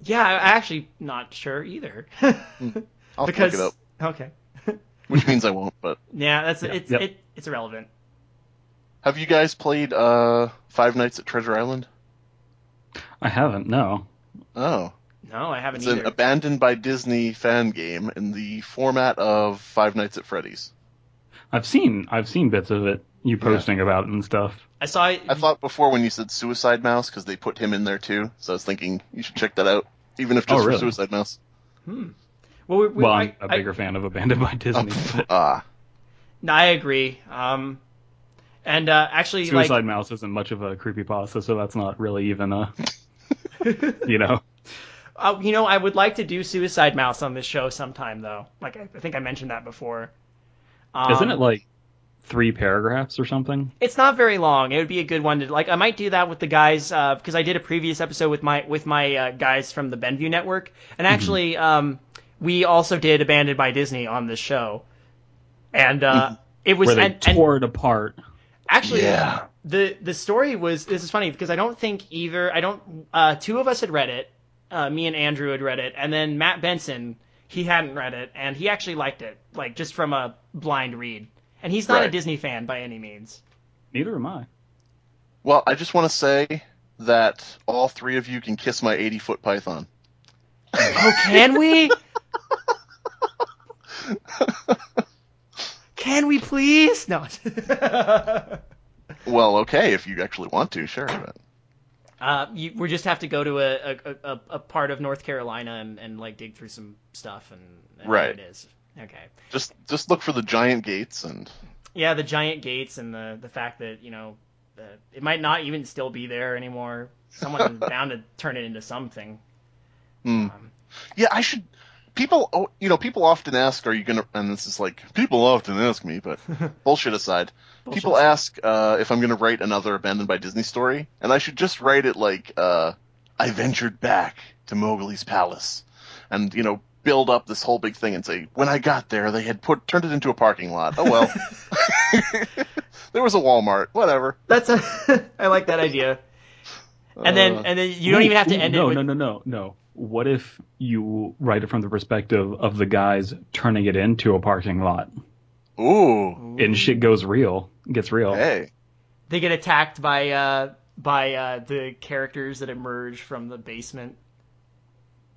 [SPEAKER 1] Yeah, I'm actually not sure either.
[SPEAKER 3] Mm, I'll have to
[SPEAKER 1] because
[SPEAKER 3] look it up,
[SPEAKER 1] okay,
[SPEAKER 3] which means I won't. But
[SPEAKER 1] yeah, that's
[SPEAKER 2] Yeah.
[SPEAKER 1] it's
[SPEAKER 2] Yep.
[SPEAKER 1] it, it's irrelevant.
[SPEAKER 3] have you guys played uh, Five Nights at Treasure Island?
[SPEAKER 2] I haven't. No.
[SPEAKER 3] Oh,
[SPEAKER 1] No, I haven't
[SPEAKER 3] it's
[SPEAKER 1] either.
[SPEAKER 3] an abandoned by Disney fan game in the format of Five Nights at Freddy's.
[SPEAKER 2] I've seen. I've seen bits of it. You posting about it and stuff.
[SPEAKER 1] I saw.
[SPEAKER 3] I
[SPEAKER 2] Mm-hmm.
[SPEAKER 3] thought before when you said Suicide Mouse because they put him in there too, so I was thinking you should check that out, even if just
[SPEAKER 2] Oh, really?
[SPEAKER 3] for Suicide Mouse.
[SPEAKER 1] well, we, we,
[SPEAKER 2] well, I'm
[SPEAKER 1] I-
[SPEAKER 2] a
[SPEAKER 1] I-
[SPEAKER 2] bigger fan of Abandoned by Disney.
[SPEAKER 3] Oh,
[SPEAKER 2] but
[SPEAKER 3] ah,
[SPEAKER 1] No, I agree. Um, and uh, actually,
[SPEAKER 2] Suicide
[SPEAKER 1] like,
[SPEAKER 2] Mouse isn't much of a creepypasta, so that's not really even a. you know.
[SPEAKER 1] Uh, you know, I would like to do Suicide Mouse on this show sometime, though. Like, I I think I mentioned that before. Um,
[SPEAKER 2] Isn't it like three paragraphs or something?
[SPEAKER 1] It's not very long. It would be a good one to like. I might do that with the guys because I did a previous episode with my with my uh, guys from the Benview Network,
[SPEAKER 2] Mm-hmm.
[SPEAKER 1] and actually, um, we also did Abandoned by Disney on this show, and uh, it was
[SPEAKER 2] Mm-hmm. Where they
[SPEAKER 1] and, and
[SPEAKER 2] tore it apart.
[SPEAKER 1] actually
[SPEAKER 3] Yeah.
[SPEAKER 1] the the story was this is funny because I don't think either I don't uh, two of us had read it, uh, me and Andrew had read it, and then Matt Benson he hadn't read it and he actually liked it like just from a blind read, and he's not a
[SPEAKER 3] Right.
[SPEAKER 1] Disney fan by any means.
[SPEAKER 2] Neither am I.
[SPEAKER 3] Well, I just want to say that all three of you can kiss my 80 foot python.
[SPEAKER 1] Oh, can we? can we please? No.
[SPEAKER 3] Well, okay, if you actually want to, sure. But
[SPEAKER 1] uh, you, we just have to go to a, a, a, a part of North Carolina and, and like dig through some stuff and, and
[SPEAKER 3] Right.
[SPEAKER 1] there it is. Okay.
[SPEAKER 3] just just look for the giant gates and
[SPEAKER 1] Yeah, the giant gates and the the fact that you know uh, it might not even still be there anymore. Someone's bound to turn it into something.
[SPEAKER 3] Hmm.
[SPEAKER 1] Um,
[SPEAKER 3] yeah, I should. People, oh, you know, people often ask, "Are you gonna?" And this is like people often ask me, but bullshit aside,
[SPEAKER 1] Bullshit
[SPEAKER 3] people ask uh, if I'm gonna write another Abandoned by Disney story, and I should just write it like, uh, "I ventured back to Mowgli's palace," and you know, build up this whole big thing and say, "When I got there, they had put turned it into a parking lot." Oh well, there was a Walmart, whatever.
[SPEAKER 1] That's a, I like that idea. And then
[SPEAKER 3] Uh,
[SPEAKER 1] and then you don't
[SPEAKER 2] Ooh,
[SPEAKER 1] even have to
[SPEAKER 2] ooh,
[SPEAKER 1] end
[SPEAKER 2] no,
[SPEAKER 1] it. With,
[SPEAKER 2] No, no, no, no. What if you write it from the perspective of the guys turning it into a parking lot
[SPEAKER 3] Uh, Ooh,
[SPEAKER 2] and shit goes real, gets real?
[SPEAKER 3] hey,
[SPEAKER 1] They get attacked by uh by uh the characters that emerge from the basement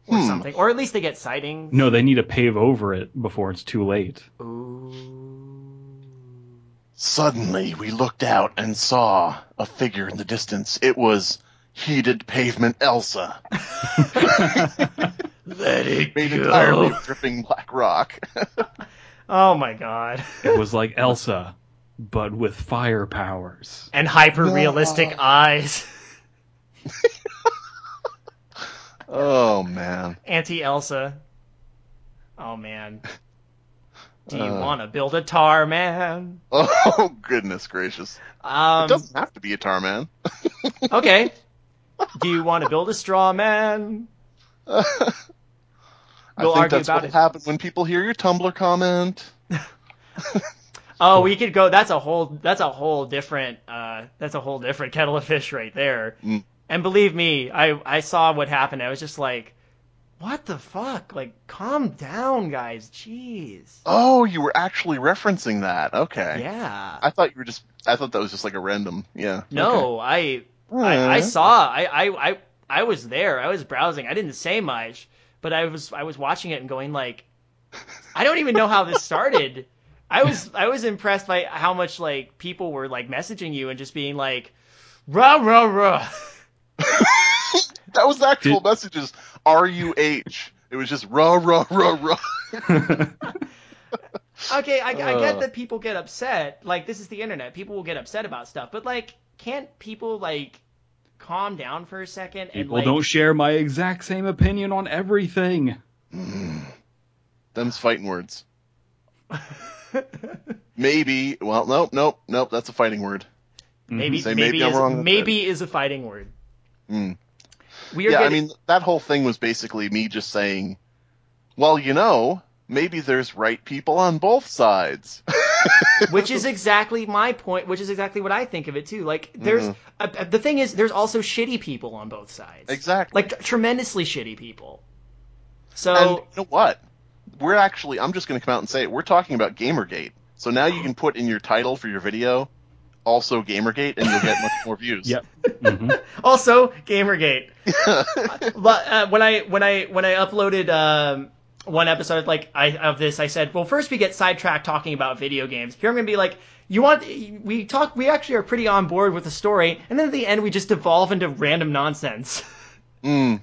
[SPEAKER 1] or
[SPEAKER 3] Hmm.
[SPEAKER 1] something, or at least they get sightings.
[SPEAKER 2] No, they need to pave over it before it's too late.
[SPEAKER 1] Ooh.
[SPEAKER 3] Suddenly, we looked out and saw a figure in the distance. It was heated pavement Elsa,
[SPEAKER 1] Let it
[SPEAKER 3] made entirely of dripping black rock.
[SPEAKER 1] Oh my god.
[SPEAKER 2] It was like Elsa, but with fire powers.
[SPEAKER 1] And hyper realistic
[SPEAKER 3] No.
[SPEAKER 1] eyes.
[SPEAKER 3] oh man,
[SPEAKER 1] Auntie Elsa. Oh man. Do you
[SPEAKER 3] Uh.
[SPEAKER 1] want to build a tar man?
[SPEAKER 3] oh goodness gracious! It
[SPEAKER 1] Um,
[SPEAKER 3] doesn't have to be a tar man.
[SPEAKER 1] okay. Do you want to build a straw man?
[SPEAKER 3] I
[SPEAKER 1] We'll
[SPEAKER 3] think
[SPEAKER 1] argue
[SPEAKER 3] that's
[SPEAKER 1] about
[SPEAKER 3] what
[SPEAKER 1] it.
[SPEAKER 3] happens when people hear your Tumblr comment.
[SPEAKER 1] Oh, we could go. That's a whole. That's a whole different. Uh, that's a whole different kettle of fish right there.
[SPEAKER 3] Mm.
[SPEAKER 1] And believe me, I I saw what happened. I was just like, what the fuck? Like, calm down, guys. Jeez.
[SPEAKER 3] Oh, you were actually referencing that. Okay.
[SPEAKER 1] Yeah.
[SPEAKER 3] I thought you were just. I thought that was just like a random. Yeah.
[SPEAKER 1] no, I,
[SPEAKER 3] Okay.
[SPEAKER 1] I I
[SPEAKER 3] Uh,
[SPEAKER 1] saw. I, I I I was there. I was browsing. I didn't say much, but I was I was watching it and going like, I don't even know how this started. I was I was impressed by how much like people were like messaging you and just being like, rah rah rah.
[SPEAKER 3] That was the actual
[SPEAKER 2] Did-
[SPEAKER 3] messages. R U H. It was just rah rah rah rah.
[SPEAKER 1] Okay, I, I
[SPEAKER 3] Uh.
[SPEAKER 1] get that people get upset. Like, this is the internet. People will get upset about stuff. But, like, can't people, like, calm down for a second? And,
[SPEAKER 2] People
[SPEAKER 1] like,
[SPEAKER 2] don't share my exact same opinion on everything.
[SPEAKER 3] Them's fighting words. Maybe. Well, nope, nope, nope. That's a fighting word.
[SPEAKER 1] maybe,
[SPEAKER 3] Say,
[SPEAKER 1] maybe,
[SPEAKER 3] maybe I'm
[SPEAKER 1] is,
[SPEAKER 3] wrong with
[SPEAKER 1] maybe is a fighting word.
[SPEAKER 3] Mm.
[SPEAKER 1] We are
[SPEAKER 3] Yeah,
[SPEAKER 1] getting,
[SPEAKER 3] I mean, that whole thing was basically me just saying, well, you know, maybe there's right people on both sides.
[SPEAKER 1] which is exactly my point. Which is exactly what I think of it too. Like, there's uh, uh, the thing is, there's also shitty people on both sides.
[SPEAKER 3] Mm-hmm. exactly.
[SPEAKER 1] Like, t- tremendously shitty people. So,
[SPEAKER 3] and you know what? We're actually, I'm just going to come out and say it. We're talking about Gamergate. So now you can put in your title for your video, also Gamergate, and you'll get much more views.
[SPEAKER 2] Yep. Mhm.
[SPEAKER 1] also gamergate but uh, when i when i when i uploaded um one episode like I, of this i said well first we get sidetracked talking about video games here i'm gonna be like you want we talk we actually are pretty on board with the story and then at the end we just devolve into random nonsense
[SPEAKER 3] Mm.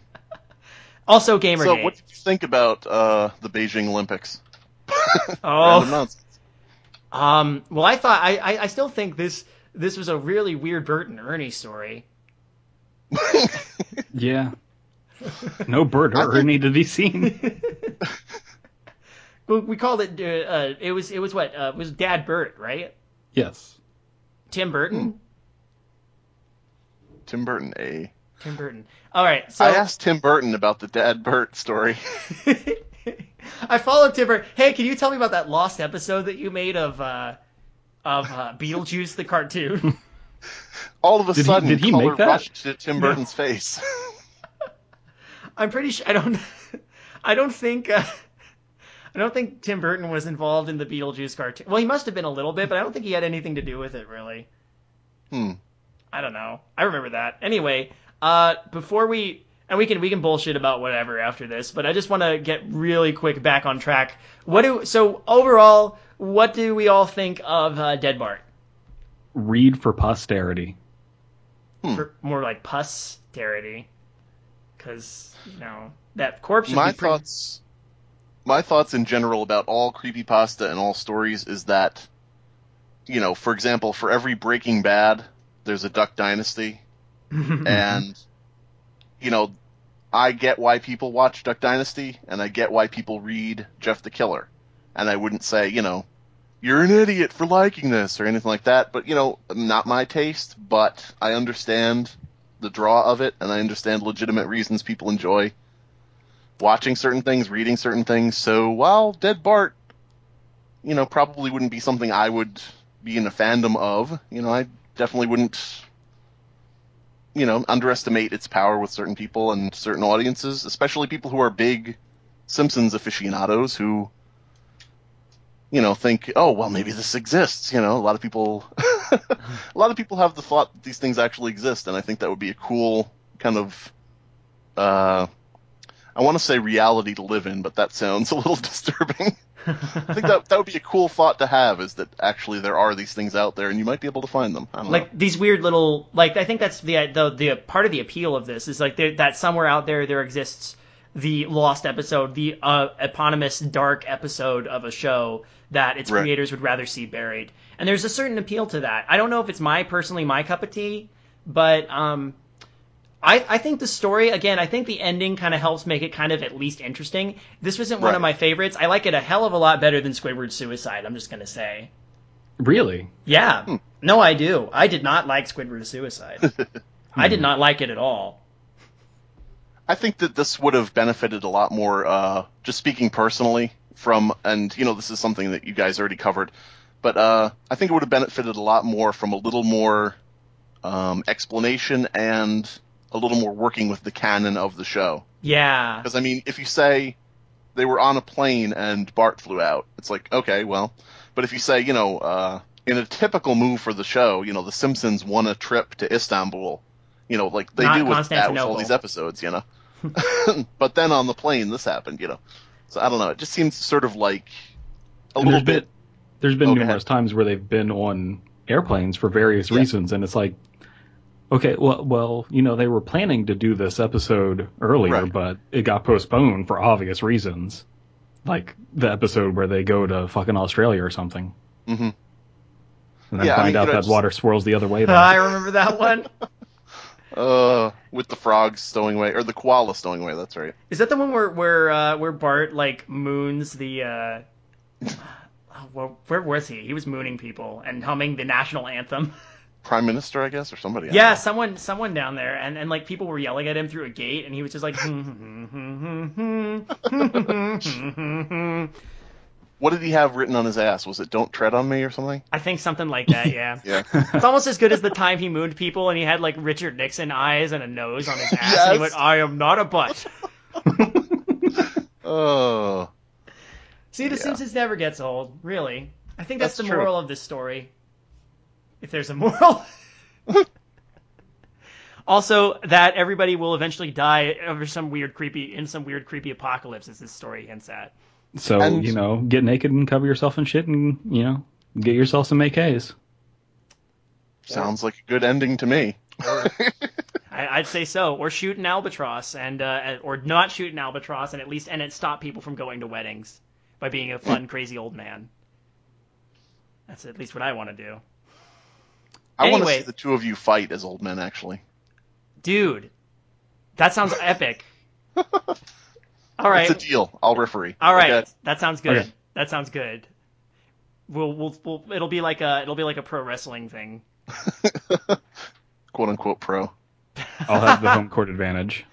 [SPEAKER 1] also gamergate
[SPEAKER 3] So what did you think about uh, the Beijing Olympics? Random
[SPEAKER 1] oh
[SPEAKER 3] nonsense.
[SPEAKER 1] um well i thought I, I i still think this this was a really weird bert and ernie story
[SPEAKER 2] Yeah. No bird
[SPEAKER 3] I
[SPEAKER 2] or
[SPEAKER 3] think-
[SPEAKER 2] need to be seen.
[SPEAKER 1] Well, we called it. Uh, uh, it was it was what uh, it was Dad Bert, right?
[SPEAKER 2] yes.
[SPEAKER 1] Tim Burton.
[SPEAKER 3] Hmm. Tim Burton, a.
[SPEAKER 1] Tim Burton. All right, so
[SPEAKER 3] I asked Tim Burton about the Dad Bert story.
[SPEAKER 1] I followed Tim Burton. Hey, can you tell me about that lost episode that you made of uh, of uh, Beetlejuice the cartoon?
[SPEAKER 3] All of a
[SPEAKER 2] Did he-
[SPEAKER 3] sudden,
[SPEAKER 2] did he
[SPEAKER 3] color
[SPEAKER 2] make that?
[SPEAKER 3] rushed to Tim Burton's face.
[SPEAKER 1] I'm pretty sure I don't. I don't think. Uh, I don't think Tim Burton was involved in the Beetlejuice cartoon. Well, he must have been a little bit, but I don't think he had anything to do with it really.
[SPEAKER 3] Hmm.
[SPEAKER 1] I don't know. I remember that. Anyway, uh, before we and we can we can bullshit about whatever after this, but I just want to get really quick back on track. What do so overall? What do we all think of uh, Dead Bart?
[SPEAKER 2] Read for posterity.
[SPEAKER 3] Hmm.
[SPEAKER 1] For, more like posterity, because you know that corpse. Should
[SPEAKER 3] my
[SPEAKER 1] be pretty-
[SPEAKER 3] thoughts my thoughts in general about all creepypasta and all stories is that you know for example for every breaking bad there's a duck dynasty and you know i get why people watch duck dynasty and i get why people read jeff the killer and i wouldn't say you know you're an idiot for liking this or anything like that but you know not my taste but i understand the draw of it and i understand legitimate reasons people enjoy watching certain things, reading certain things. So while Dead Bart, you know, probably wouldn't be something I would be in a fandom of, you know, I definitely wouldn't, you know, underestimate its power with certain people and certain audiences, especially people who are big Simpsons aficionados who, you know, think, oh, well, maybe this exists. You know, a lot of people, a lot of people have the thought that these things actually exist, and I think that would be a cool kind of, uh, I want to say reality to live in, but that sounds a little disturbing. I think that that would be a cool thought to have is that actually there are these things out there and you might be able to find them. I don't know.
[SPEAKER 1] like these weird little like I think that's the the the part of the appeal of this is like there, that somewhere out there there exists the lost episode, the uh, eponymous dark episode of a show that its
[SPEAKER 3] Right.
[SPEAKER 1] creators would rather see buried, and there's a certain appeal to that. I don't know if it's my personally my cup of tea, but um, I, I think the story again. I think the ending kind of helps make it kind of at least interesting. This wasn't one
[SPEAKER 3] Right.
[SPEAKER 1] of my favorites. I like it a hell of a lot better than Squidward's Suicide. I'm just gonna say.
[SPEAKER 2] Really?
[SPEAKER 1] Yeah. No, I do. I did not like Squidward's Suicide. I did not like it at all.
[SPEAKER 3] I think that this would have benefited a lot more. Uh, just speaking personally, from and you know this is something that you guys already covered, but uh, I think it would have benefited a lot more from a little more um, explanation and a little more working with the canon of the show.
[SPEAKER 1] Yeah.
[SPEAKER 3] Because I mean, if you say they were on a plane and Bart flew out, it's like okay, well. But if you say, you know, uh, in a typical move for the show, you know, the Simpsons won a trip to Istanbul. You know, like they
[SPEAKER 1] Not
[SPEAKER 3] do with that with
[SPEAKER 1] Constantinople.
[SPEAKER 3] all these episodes, you know. but then on the plane, this happened, you know. So I don't know. It just seems sort of like a
[SPEAKER 2] And
[SPEAKER 3] little
[SPEAKER 2] there's been,
[SPEAKER 3] bit.
[SPEAKER 2] There's been
[SPEAKER 3] Oh, go
[SPEAKER 2] numerous times where they've been on airplanes for various
[SPEAKER 3] Yeah.
[SPEAKER 2] reasons, and it's like, okay, well, well, you know, they were planning to do this episode earlier,
[SPEAKER 3] Right.
[SPEAKER 2] but it got postponed for obvious reasons, like the episode where they go to fucking Australia or something,
[SPEAKER 3] Mhm.
[SPEAKER 2] and then
[SPEAKER 3] Yeah, I mean,
[SPEAKER 2] find
[SPEAKER 3] you
[SPEAKER 2] out
[SPEAKER 3] know,
[SPEAKER 2] that
[SPEAKER 3] just-
[SPEAKER 2] water swirls the other way.
[SPEAKER 1] Uh,
[SPEAKER 2] then.
[SPEAKER 1] I remember that one.
[SPEAKER 3] Uh, with the frogs stowing away or the koala stowing away. That's right.
[SPEAKER 1] Is that the one where where uh, where Bart like moons the uh oh, where, where was he? He was mooning people and humming the national anthem.
[SPEAKER 3] Prime minister, I guess, or somebody. I
[SPEAKER 1] Yeah, someone someone down there and and like people were yelling at him through a gate and he was just like "Hmm, hmm, I
[SPEAKER 3] What did he have written on his ass? Was it "Don't tread on me" or something?
[SPEAKER 1] think something like that, yeah.
[SPEAKER 3] Yeah.
[SPEAKER 1] It's almost as good as the time he mooned people and he had like Richard Nixon eyes and a nose on his ass. And
[SPEAKER 3] Yes.
[SPEAKER 1] he went, I am not a butt.
[SPEAKER 3] Oh.
[SPEAKER 1] See, The
[SPEAKER 3] Yeah.
[SPEAKER 1] Simpsons never gets old, really. I think that's,
[SPEAKER 3] That's
[SPEAKER 1] the
[SPEAKER 3] true.
[SPEAKER 1] moral of this story. If there's a moral. also, that everybody will eventually die over some weird creepy in some weird creepy apocalypse as this story hints at.
[SPEAKER 2] so
[SPEAKER 3] and-
[SPEAKER 2] you know, get naked and cover yourself in shit, and you know, get yourself some AKs.
[SPEAKER 3] Sounds like a good ending to me.
[SPEAKER 1] I, I'd say so. Or shoot an albatross and uh, or not shoot an albatross and at least and it stop people from going to weddings by being a fun, crazy old man. That's at least what I want to do.
[SPEAKER 3] I want to
[SPEAKER 1] Anyway.
[SPEAKER 3] see the two of you fight as old men, actually.
[SPEAKER 1] Dude, that sounds epic. All right.
[SPEAKER 3] It's a deal. I'll referee.
[SPEAKER 1] All right.
[SPEAKER 3] Okay.
[SPEAKER 1] That sounds good.
[SPEAKER 2] Okay.
[SPEAKER 1] That sounds good. We'll, we'll we'll it'll be like a it'll be like a pro wrestling thing.
[SPEAKER 3] Quote unquote pro.
[SPEAKER 2] I'll have the home court advantage.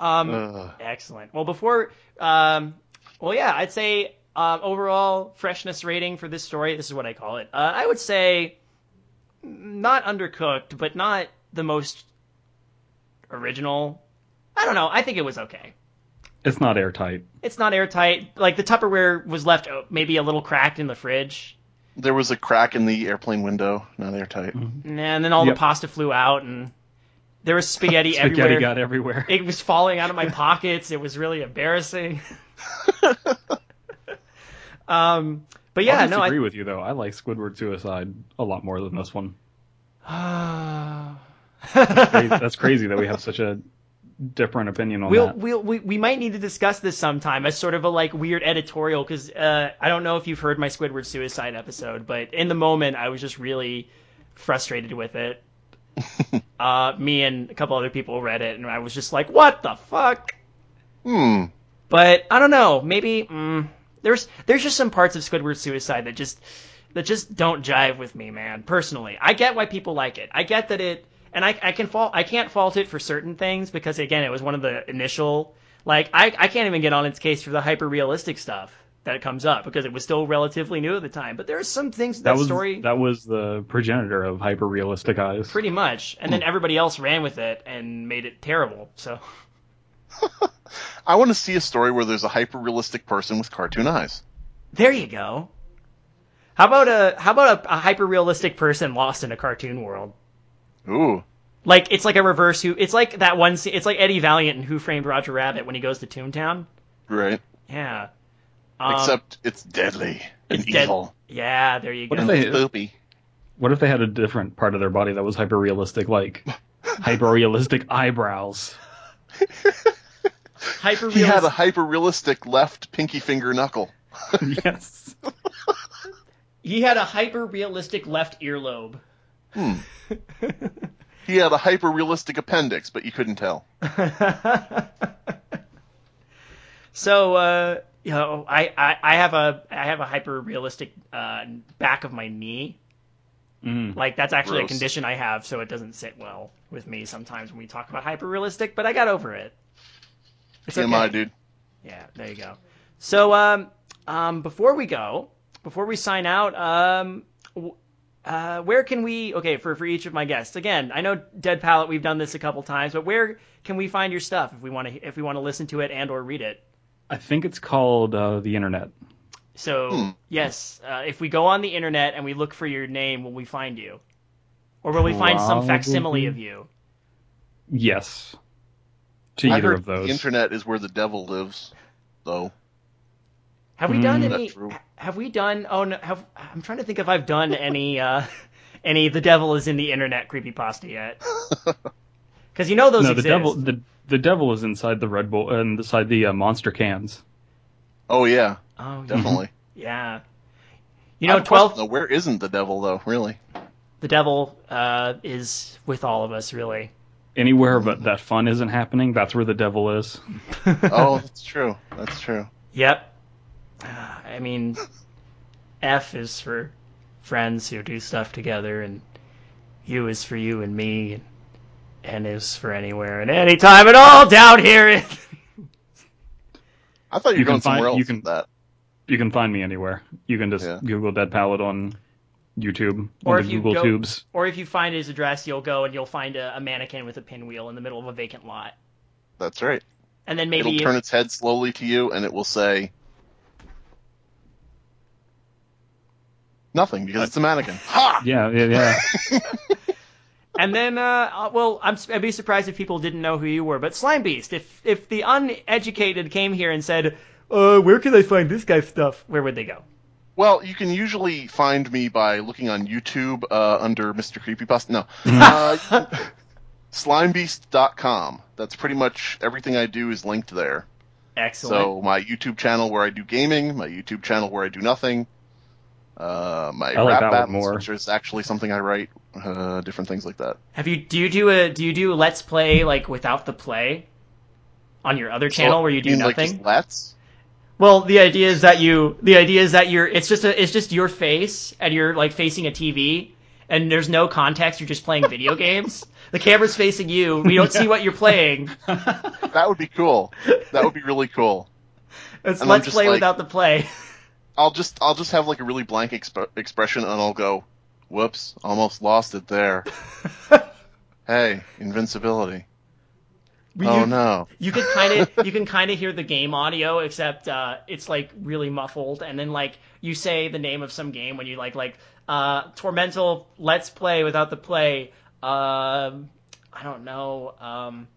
[SPEAKER 1] Um,
[SPEAKER 3] Ugh.
[SPEAKER 1] Excellent. Well, before, um, well, yeah, I'd say um, overall freshness rating for this story. This is what I call it. Uh, I would say not undercooked, but not the most original. I don't know. I think it was okay.
[SPEAKER 2] It's not airtight.
[SPEAKER 1] It's not airtight. Like the Tupperware was left uh, maybe a little cracked in the fridge,
[SPEAKER 3] There was a crack in the airplane window, not airtight.
[SPEAKER 1] and then all
[SPEAKER 2] Yep.
[SPEAKER 1] the pasta flew out, and there was spaghetti,
[SPEAKER 2] Spaghetti
[SPEAKER 1] everywhere.
[SPEAKER 2] got everywhere.
[SPEAKER 1] it was falling out of my pockets. It was really embarrassing. um, but yeah,
[SPEAKER 2] I
[SPEAKER 1] no,
[SPEAKER 2] disagree
[SPEAKER 1] I.
[SPEAKER 2] with you though. I like Squidward Suicide a lot more than this one. Crazy- That's crazy that we have such a different opinion on
[SPEAKER 1] We'll,
[SPEAKER 2] that.
[SPEAKER 1] we'll, we we might need to discuss this sometime as sort of a like weird editorial because uh, I don't know if you've heard my Squidward suicide episode, but in the moment I was just really frustrated with it. uh, me and a couple other people read it, and I was just like, "What the fuck."
[SPEAKER 3] Hmm.
[SPEAKER 1] But I don't know. Maybe mm, there's there's just some parts of Squidward Suicide that just that just don't jive with me, man. Personally, I get why people like it. I get that it, and I I can fault I can't fault it for certain things because again, it was one of the initial like I I can't even get on its case for the hyper realistic stuff that comes up because it was still relatively new at the time. But there are some things that,
[SPEAKER 2] that was
[SPEAKER 1] story
[SPEAKER 2] that was the progenitor of hyper realistic eyes.
[SPEAKER 1] pretty much, and
[SPEAKER 2] Hmm.
[SPEAKER 1] then everybody else ran with it and made it terrible. So
[SPEAKER 3] I want to see a story where there's a hyper realistic person with cartoon eyes.
[SPEAKER 1] There you go. How about a how about a, a hyper realistic person lost in a cartoon world?
[SPEAKER 3] Ooh.
[SPEAKER 1] Like it's like a reverse who it's like that one scene, it's like Eddie Valiant in Who Framed Roger Rabbit when he goes to Toontown.
[SPEAKER 3] Right.
[SPEAKER 1] Yeah. Um,
[SPEAKER 3] Except it's deadly and
[SPEAKER 1] it's dead-
[SPEAKER 3] evil
[SPEAKER 1] Yeah, there you
[SPEAKER 2] What
[SPEAKER 1] go.
[SPEAKER 2] if
[SPEAKER 3] and
[SPEAKER 2] they-
[SPEAKER 3] spoopy.
[SPEAKER 2] What if they had a different part of their body that was hyper realistic, like hyper realistic eyebrows?
[SPEAKER 1] Hyper
[SPEAKER 3] He had a
[SPEAKER 1] realistic.
[SPEAKER 3] hyper realistic left pinky finger knuckle.
[SPEAKER 2] yes.
[SPEAKER 1] He had a hyper realistic left earlobe.
[SPEAKER 3] He had a hyper realistic appendix, but you couldn't tell.
[SPEAKER 1] So uh, you know, I, I, I have a I have a hyper realistic uh, back of my knee.
[SPEAKER 2] Mm.
[SPEAKER 1] Like that's actually
[SPEAKER 3] Gross.
[SPEAKER 1] a condition I have, so it doesn't sit well with me sometimes when we talk about hyper realistic, but I got over it. It's
[SPEAKER 3] TMI,
[SPEAKER 1] okay.
[SPEAKER 3] dude.
[SPEAKER 1] Yeah, there you go. So um um before we go, before we sign out, um w- uh, where can we okay for, for each of my guests again i know dead palette we've done this a couple times but where can we find your stuff if we want to if we want to listen to it and or read it
[SPEAKER 2] I think it's called uh, the internet.
[SPEAKER 1] so yes uh, if we go on the internet and we look for your name will we find you or will we find some facsimile
[SPEAKER 2] Probably.
[SPEAKER 1] of you
[SPEAKER 2] Yes. To
[SPEAKER 3] I
[SPEAKER 2] either
[SPEAKER 3] heard
[SPEAKER 2] of those.
[SPEAKER 3] the internet is where the devil lives, though.
[SPEAKER 1] Have we done
[SPEAKER 2] Mm.
[SPEAKER 1] any?
[SPEAKER 3] That's true.
[SPEAKER 1] Have we done? Oh no! Have I'm trying to think if I've done any. uh Any the devil is in the internet creepypasta yet? Because you know those
[SPEAKER 2] no, the
[SPEAKER 1] exist.
[SPEAKER 2] devil the the devil is inside the Red Bull and inside the uh, monster cans.
[SPEAKER 3] Oh, yeah,
[SPEAKER 1] oh
[SPEAKER 2] Mm-hmm.
[SPEAKER 3] definitely.
[SPEAKER 1] yeah. You know,
[SPEAKER 3] I'm
[SPEAKER 1] twelve.
[SPEAKER 3] questioning, though, where isn't the devil, though, really?
[SPEAKER 1] The devil uh, is with all of us, really.
[SPEAKER 2] Anywhere but that fun isn't happening, that's where the devil is.
[SPEAKER 3] Oh, that's true. That's true.
[SPEAKER 1] Yep. Ah, I mean, F is for friends who do stuff together, and U is for you and me, and N is for anywhere and anytime at all down here. in-
[SPEAKER 3] I thought
[SPEAKER 2] You
[SPEAKER 3] you
[SPEAKER 2] can
[SPEAKER 3] were going somewhere
[SPEAKER 2] find-
[SPEAKER 3] else
[SPEAKER 2] you
[SPEAKER 3] with
[SPEAKER 2] can-
[SPEAKER 3] that.
[SPEAKER 2] You can find me anywhere. You can just
[SPEAKER 3] Yeah.
[SPEAKER 2] Google Dead Palette on YouTube
[SPEAKER 1] Or
[SPEAKER 2] on
[SPEAKER 1] if
[SPEAKER 2] the
[SPEAKER 1] you
[SPEAKER 2] Google
[SPEAKER 1] go-
[SPEAKER 2] Tubes.
[SPEAKER 1] Or if you find his address, you'll go and you'll find a, a mannequin with a pinwheel in the middle of a vacant lot,
[SPEAKER 3] That's right.
[SPEAKER 1] and then
[SPEAKER 3] It'll
[SPEAKER 1] maybe
[SPEAKER 3] turn its head slowly to you, and it will say nothing because it's a mannequin. Ha!
[SPEAKER 2] Yeah, yeah, yeah.
[SPEAKER 1] and then uh, uh, well, I'm s- I'd be surprised if people didn't know who you were. But Slime Beast, if if the uneducated came here and said, "Uh, where can I find this guy's stuff?" Where would they go?
[SPEAKER 3] Well, you can usually find me by looking on YouTube uh, under Mr. Creepypasta. No. uh, slimebeast.com. That's pretty much everything I do is linked there.
[SPEAKER 1] Excellent.
[SPEAKER 3] So my YouTube channel where I do gaming, my YouTube channel where I do nothing, uh, my
[SPEAKER 2] I like
[SPEAKER 3] rap
[SPEAKER 2] that one
[SPEAKER 3] battles,
[SPEAKER 2] more.
[SPEAKER 3] which is actually something I write, uh, different things like that.
[SPEAKER 1] Have you do you do a do you do let's play like without the play? on your other channel where you do
[SPEAKER 3] mean, Like
[SPEAKER 1] nothing.
[SPEAKER 3] just lats?
[SPEAKER 1] Well, the idea is that you the idea is that you're it's just a it's just your face and you're like facing a TV and there's no context, you're just playing video games. The camera's facing you. We don't see what you're playing.
[SPEAKER 3] That would be cool. That would be really cool.
[SPEAKER 1] It's
[SPEAKER 3] And I'm
[SPEAKER 1] let's
[SPEAKER 3] just
[SPEAKER 1] play
[SPEAKER 3] like-
[SPEAKER 1] without the play.
[SPEAKER 3] I'll just I'll just have like a really blank exp- expression and I'll go, "Whoops, almost lost it there." hey, invincibility. oh
[SPEAKER 1] you,
[SPEAKER 3] no.
[SPEAKER 1] you can kind of you can kind of hear the game audio except uh, it's like really muffled and then like you say the name of some game when you like like uh, tormental let's play without the play um i don't know um,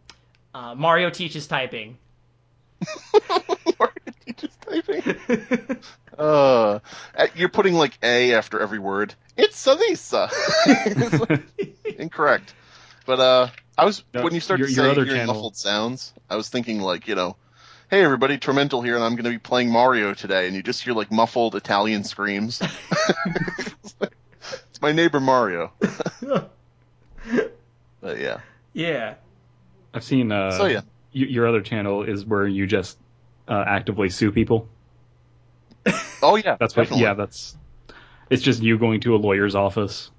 [SPEAKER 1] uh, mario teaches typing
[SPEAKER 3] Why are you just typing? Uh, uh, you're putting like a after every word. It's Salisa. It's like- incorrect. But uh, I was
[SPEAKER 2] No,
[SPEAKER 3] when you started
[SPEAKER 2] your- your
[SPEAKER 3] saying
[SPEAKER 2] other
[SPEAKER 3] hearing
[SPEAKER 2] channel.
[SPEAKER 3] muffled sounds, I was thinking like you know, hey everybody, Tormental here, and I'm going to be playing Mario today, and you just hear like muffled Italian screams. it's, like, it's my neighbor Mario. But yeah.
[SPEAKER 1] yeah
[SPEAKER 2] I've seen. Uh,
[SPEAKER 3] So, yeah.
[SPEAKER 2] y- your other channel is where you just uh, actively sue people.
[SPEAKER 3] Oh yeah.
[SPEAKER 2] That's what.
[SPEAKER 3] definitely.
[SPEAKER 2] Yeah, that's. It's just you going to a lawyer's office.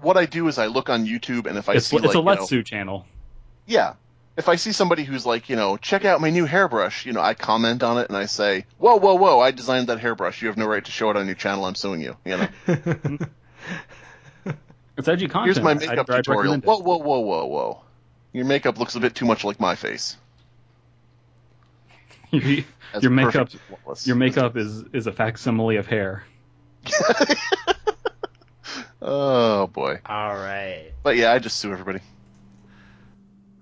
[SPEAKER 3] What I do is I look on YouTube, and if I
[SPEAKER 2] It's,
[SPEAKER 3] see
[SPEAKER 2] it's
[SPEAKER 3] like
[SPEAKER 2] a
[SPEAKER 3] you
[SPEAKER 2] let's
[SPEAKER 3] know,
[SPEAKER 2] sue channel.
[SPEAKER 3] Yeah. If I see somebody who's like, you know, check out my new hairbrush, you know, I comment on it and I say, whoa, whoa, whoa, I designed that hairbrush. You have no right to show it on your channel. I'm suing you. You know,
[SPEAKER 2] It's edgy content.
[SPEAKER 3] here's my
[SPEAKER 2] I'd-
[SPEAKER 3] makeup
[SPEAKER 2] I'd
[SPEAKER 3] tutorial.
[SPEAKER 2] recommend it.
[SPEAKER 3] Whoa, whoa, whoa, whoa, whoa. Your makeup looks a bit too much like my face.
[SPEAKER 2] your
[SPEAKER 3] That's
[SPEAKER 2] your makeup,
[SPEAKER 3] perfect. Flawless.
[SPEAKER 2] your makeup is is a facsimile of hair.
[SPEAKER 3] Oh boy.
[SPEAKER 1] all right
[SPEAKER 3] But yeah, I just sue everybody.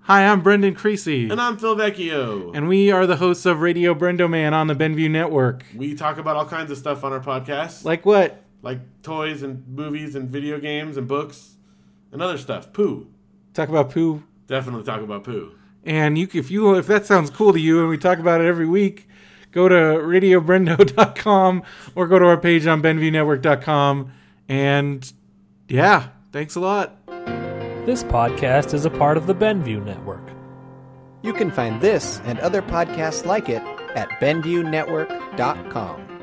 [SPEAKER 5] Hi, I'm Brendan Creasy.
[SPEAKER 6] And I'm Phil Vecchio.
[SPEAKER 5] And we are the hosts of Radio Brendoman on the Benview Network.
[SPEAKER 6] we talk about all kinds of stuff on our podcast,
[SPEAKER 5] Like
[SPEAKER 6] like,
[SPEAKER 5] what?
[SPEAKER 6] toys and movies and video games and books and other stuff. Poo.
[SPEAKER 5] Talk about poo.
[SPEAKER 6] Definitely talk about poo.
[SPEAKER 5] And you, if you, if that sounds cool to you, and we talk about it every week, go to radiobrendo.com or go to our page on benviewnetwork.com. And yeah, thanks a lot.
[SPEAKER 7] This podcast is a part of the Benview Network.
[SPEAKER 4] You can find this and other podcasts like it at BenviewNetwork.com.